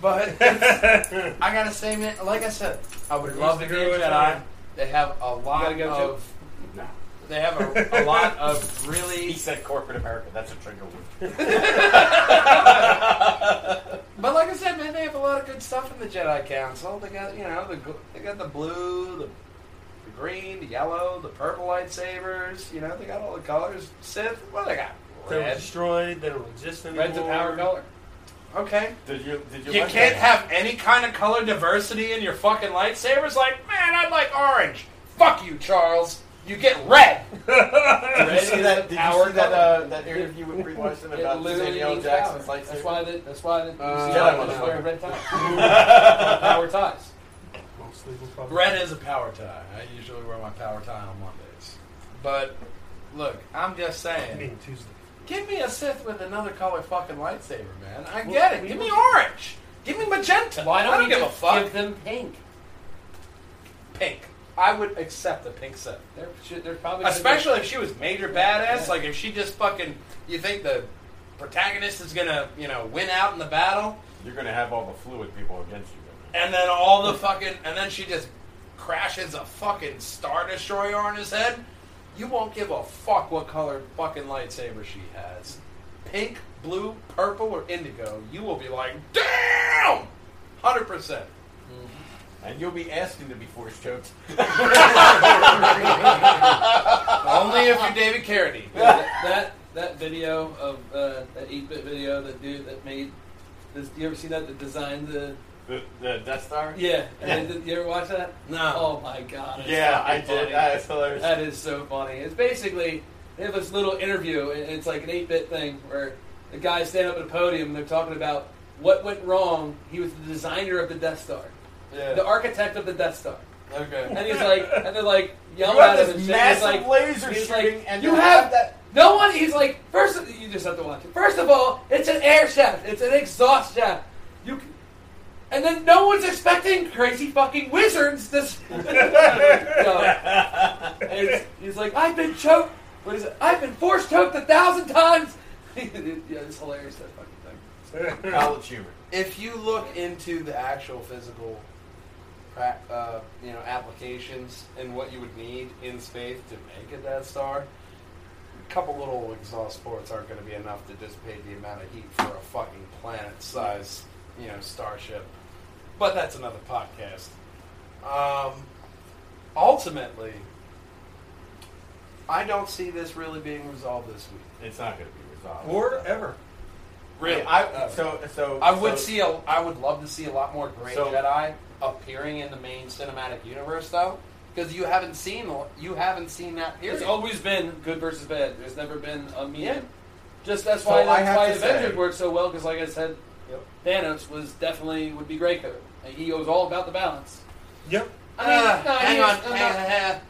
But it's- I gotta say, man, like I said, I would love to
the
be
game
a Jedi.
time.
They have a lot
gotta go,
of.
No.
They have a, a lot of
He
really.
said corporate America. That's a trigger word.
But like I said, man, they have a lot of good stuff in the Jedi Council. They got you know the gl- they got the blue, the, the green, the yellow, the purple lightsabers. You know they got all the colors. Sith, what do they got?
They were
Red.
destroyed. They don't exist anymore.
Red's a power color.
Okay.
Did you? Did you?
You
like
can't
that?
have any kind of color diversity in your fucking lightsabers. Like, man, I'd like orange. Fuck you, Charles. You get red.
Did you
Red
see
is
that?
the
Did you
power
see that?
color.
Uh, that interview with Brie Larson
It
about
literally
Samuel
means
Jackson's
power.
lightsaber?
That's why. The, that's why. The,
Uh,
you see
Jedi
why they're
motherfucker.
wearing red ties. power ties.
Mostly we'll probably-
Red is a power tie. I usually wear my power tie on Mondays. But look, I'm just
I
saying.
mean, Tuesday.
Give me a Sith with another color fucking lightsaber, man. I
Well,
get it.
we
Give
were-
me orange. Give me magenta.
Why don't,
I don't
we
give
just
a fuck.
give them pink?
pink. I would accept a pink Sith.
They're, should- they're probably gonna be-
Especially if she was major badass.
Yeah.
Like if she just fucking. You think the protagonist is gonna, you know, win out in the battle,
You're going to have all the fluid people against you.
and then all the fucking, and then she just crashes a fucking star destroyer on his head. You won't give a fuck what color fucking lightsaber she has. Pink, blue, purple, or indigo. You will be like, damn, hundred percent.
And you'll be asking to be force choked.
Only if you're David Carradine.
that, that that video of uh, that 8-bit video, that dude that made. Does, you ever see that? That designed the
The, the Death Star?
yeah. And did you ever watch that?
No.
Oh my god! it's
Yeah, I
fucking
did.
funny.
That's hilarious.
That is so funny. It's basically they have this little interview, and it's like an eight-bit thing where the guys stand up at a podium and they're talking about what went wrong. He was the designer of the Death Star, the
Yeah.
architect of the Death Star,
Okay.
and he's like, and they're like
you
yelling
have
at him and
this
shit. and He's
massive
like,
laser
he's
shooting,
like,
and
you have-
that.
no one. He's like, first of- you just have to watch it. First of all, it's an air shaft. It's an exhaust shaft. You. c and then no one's expecting crazy fucking wizards this. No. And he's, he's like, I've been choked. What is it? I've been force choked a thousand times. yeah, it's hilarious that fucking thing.
College humor.
if you look into the actual physical, pra- uh, you know, applications and what you would need in space to make a Death Star, a couple little exhaust ports aren't going to be enough to dissipate the amount of heat for a fucking planet-sized, you know, starship. But that's another podcast. Um, ultimately, I don't see this really being resolved this week.
It's not going to be resolved.
Or ever.
Really? Uh, I,
uh,
so, so
I would
so-
see a. I would love to see a lot more Great
So-
Jedi appearing in the main cinematic universe, though, because you haven't seen you haven't seen that period.
It's always been good versus bad. There's never been a medium.
Yeah.
Just that's
So
why
I
that's
have
why
to say-
Avengers worked so well because, like I said,
Yep.
Thanos was definitely would be Greco. And He was all about the balance.
Yep.
I mean,
Uh,
no,
hang
he-
on,
I'm
hang
not-
on, hang on.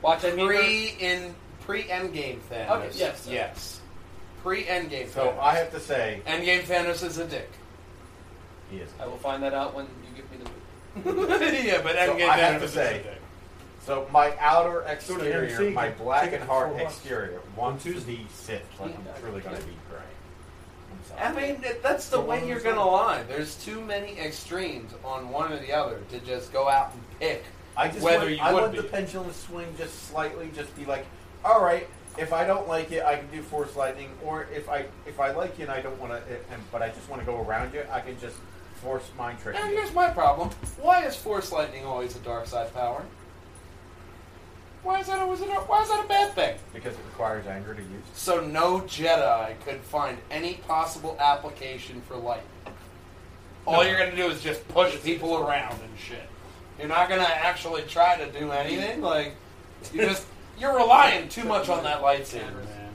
Watch Endgame.
Pre in pre Endgame Thanos.
Okay, yes, sir.
yes. Pre Endgame.
So
Thanos.
I have to say,
Endgame Thanos is a dick.
he is.
I will find that out when you give me the movie.
yeah, but
So
Endgame
I
Thanos
have to
is
say-
a dick.
So my
Go
outer
to
exterior,
MC,
my
get-
black
take
and
it
hard
before lunch.
exterior, wants to be Sith. Like I'm truly going to be gray. I'm sorry.
I mean, that- that's the way you're gonna lie. There's too many extremes on one or the other to just go out and pick.
I just
whether
want,
you
I
would
want
be.
the pendulum to swing just slightly, just be like, all right, if I don't like it, I can do force lightning, or if I if I like you and I don't want to, but I just want to go around you, I can just force mind trick.
Now
you.
here's my problem. Why is Force Lightning always a dark side power? Why is that always a dark, why is that a bad thing?
because it requires anger to use.
So no Jedi could find any possible application for lightning. All you're gonna do is just push people around and shit. You're not gonna actually try to do anything. Like you just you're relying too much on that lightsaber, man.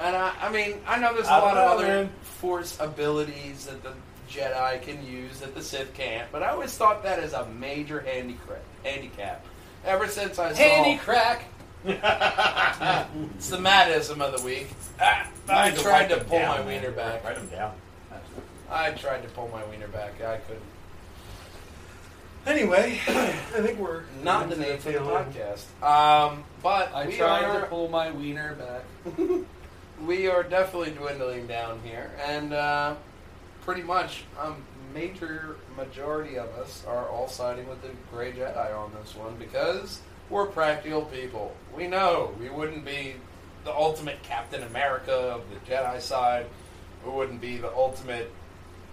And I, I mean, I know there's a
I
lot
don't
of
know,
other
man.
force abilities that the Jedi can use that the Sith can't, but I always thought that as a major handicra- handicap. Ever since I saw
Handy crack.
it's the madism of the week. Ah, I
Need
tried
write
to
them
pull
down,
my
man.
wiener back.
Write them down.
I tried to pull my wiener back. I couldn't.
Anyway,
I think we're
Not the
into
name for the
tail end.
podcast. Um, but
I
we
tried
are
to pull my wiener back.
we are definitely dwindling down here, and uh, pretty much um, major majority of us are all siding with the Gray Jedi on this one because we're practical people. We know we wouldn't be the ultimate Captain America of the Jedi side. We wouldn't be the ultimate,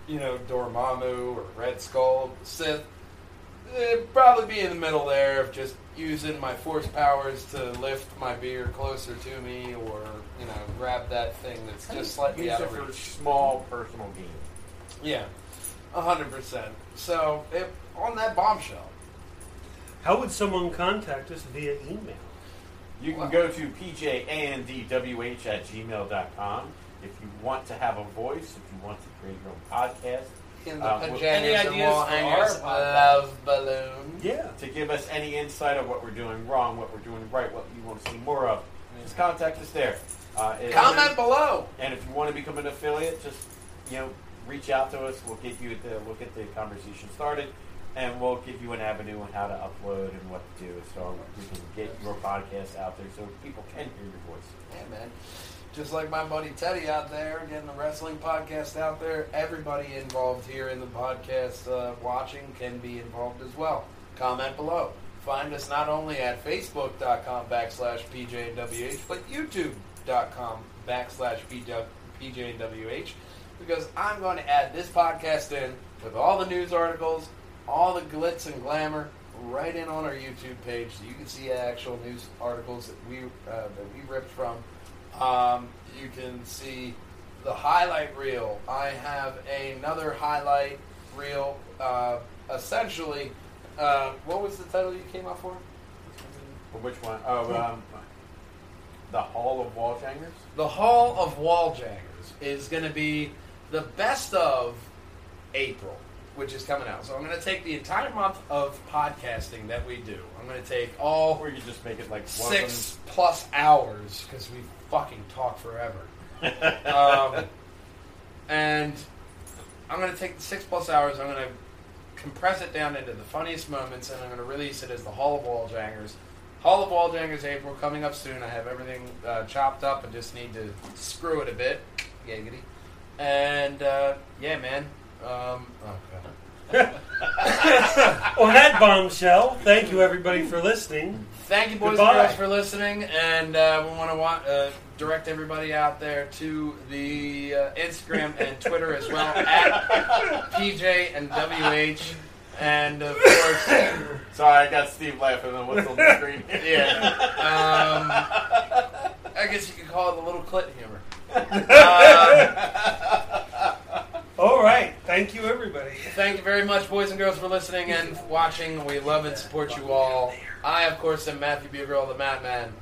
you know, Dormammu or Red Skull Sith. It'd probably be in the middle there of just using my force powers to lift my beer closer to me or, you know, grab that thing that's just slightly
use
out
it
of
for
reach.
small personal gain.
Yeah, a hundred percent. So it, on that bombshell,
How would someone contact us via email?
You can go to pjandwh at gmail.com if you want to have a voice, if you want to create your own podcast,
in
Uh,
the
well-
pajamas
Any
and uh,
ideas
wall
for
hangers,
our podcast?
love balloon.
Yeah.
to give us any insight of what we're doing wrong, what we're doing right, what you want to see more of. Just contact us there. Uh, and-
Comment below.
And if you want to become an affiliate, just you know, reach out to us. We'll get you the we'll get the conversation started, and we'll give you an avenue on how to upload and what to do, so we can get your podcast out there so people can hear your voice.
Yeah, man. Just like my buddy Teddy out there getting the wrestling podcast out there, everybody involved here in the podcast uh, watching can be involved as well. Comment below. Find us not only at facebook.com backslash PJWH, but youtube.com backslash PJWH, because I'm going to add this podcast in with all the news articles, all the glitz and glamour, right in on our YouTube page so you can see actual news articles that we, uh, that we ripped from. Um, you can see the highlight reel. I have another highlight reel. Uh, essentially, uh, what was the title you came up for?
But which one? Oh, um, the Hall of Wall Jangers.
The Hall of Walljaggers is going to be the best of April, which is coming out. So I'm going to take the entire month of podcasting that we do. I'm going to take all
Or you just make it like one of
six plus hours because we fucking talk forever. um, and I'm going to take the six plus hours. I'm going to compress it down into the funniest moments, and I'm going to release it as the Hall of Walljangers. Hall of Walljangers April coming up soon. I have everything uh, chopped up. I just need to screw it a bit, giggity. And uh, yeah, man. Um, oh god.
On that bombshell, thank you everybody for listening.
Thank you, boys
Goodbye.
and girls, for listening, and uh, we want to wa- uh, direct everybody out there to the uh, Instagram and Twitter as well at PJ and WH, and of course,
them. Sorry, I got Steve laughing on what's on the screen.
yeah. Um, I guess you could call it the little clit humor. Uh,
All right. Thank you everybody.
thank you very much, boys and girls, for listening and watching. We love and support you all. I, of course, am Matthew Bugrill, the Madman.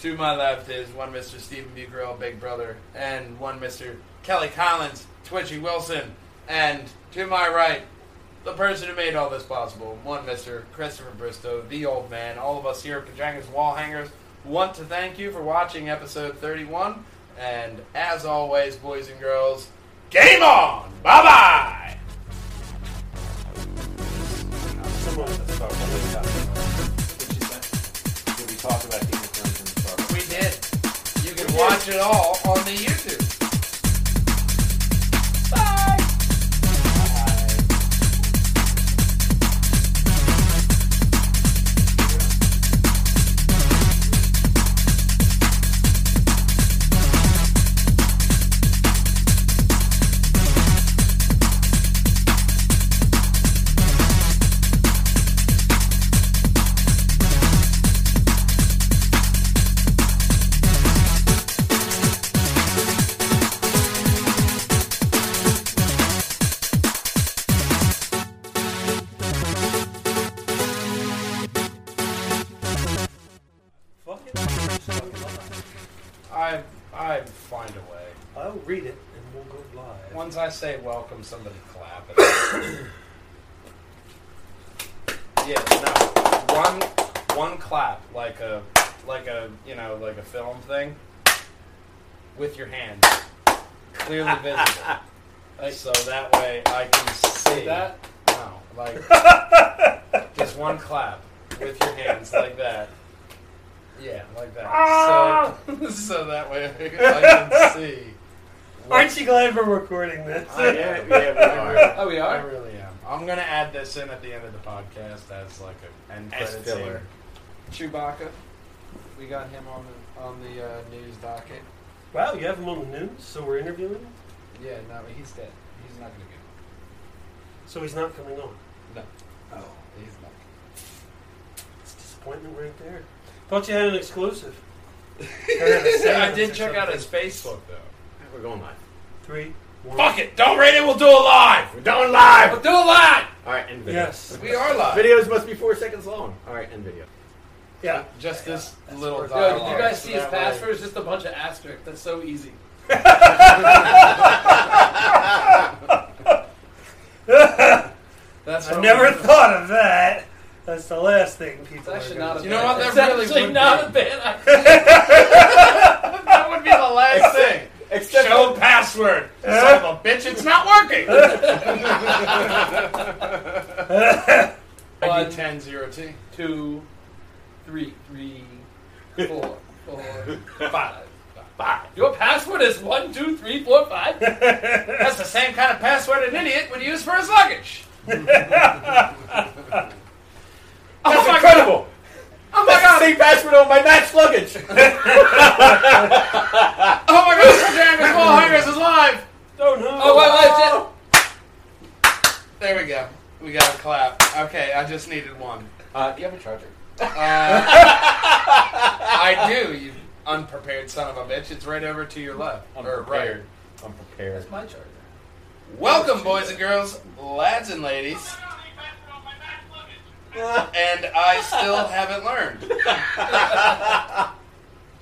To my left is one Mr. Stephen Bugrill, Big Brother, and one Mr. Kelly Collins, Twitchy Wilson, and to my right, the person who made all this possible, one Mr. Christopher Bristow, the old man. All of us here at Pajangas Wall Hangers want to thank you for watching episode 31. And as always, boys and girls, game on! Bye bye!
Someone-
Let's talk about this topic. Did we talk about Game of Thrones and Star Wars?
We did. You can watch it all on the YouTube.
Bye.
Fuck it.
I I find a way.
I'll read it and we'll go live.
Once I say welcome, somebody clap. It. yeah, no. One one clap like a like a you know like a film thing with your hands clearly visible. Like, so that way I can see
That
No, like Just one clap with your hands like that. Yeah, like that. So, so that way I can see.
Aren't you glad we're recording this?
I am.
yeah, we are.
Oh, we
I
are.
really am. I'm gonna add this in at the end of the podcast as like a end
As
credits
filler.
scene.
Chewbacca. We got him on the on the uh, news docket.
Wow, you have him on the news, so we're interviewing him?
Yeah, no, he's dead. He's not gonna get.
So he's not coming on.
No,
Oh,
he's not.
it's disappointment right there. Thought you had an exclusive.
I did check out his Facebook though.
We're going live.
Three, one.
Fuck it! Don't rate it. We'll do it live.
We're going live.
We'll do a lot.
All right, end video.
Yes.
We are live.
Videos must be four seconds long. All right, end video.
Yeah.
Just this little
Yo,
dialogue.
did you guys
so
see his
that
password?
way-
It's just a bunch of asterisks. That's so easy.
That's
I
what
never
we-
thought of that. That's the last thing people.
That
are
should not
gonna
have
do.
You know what?
been-
That
It's
really
actually
would
not
be.
a bad idea.
That would be the last thing.
Except
Show password. Son of a bitch, it's not working.
One.
ID ten zero T.
Two, three, three, four, four, five.
five.
Your password is one, two, three, four, five.
That's the same kind of password an idiot would use for his luggage.
That's incredible.
Oh my
That's
god!
the same password on my match luggage.
Oh my god! Sir Daniel Hangers is live.
Don't know.
Oh, wait, wait,
There we go. We got a clap. Okay, I just needed one.
Uh, do you have a charger?
Uh, I do. You unprepared son of a bitch. It's right over to your left or right.
Unprepared. I'm prepared.
That's my charger.
Welcome, boys and girls, lads and ladies. And I still haven't learned.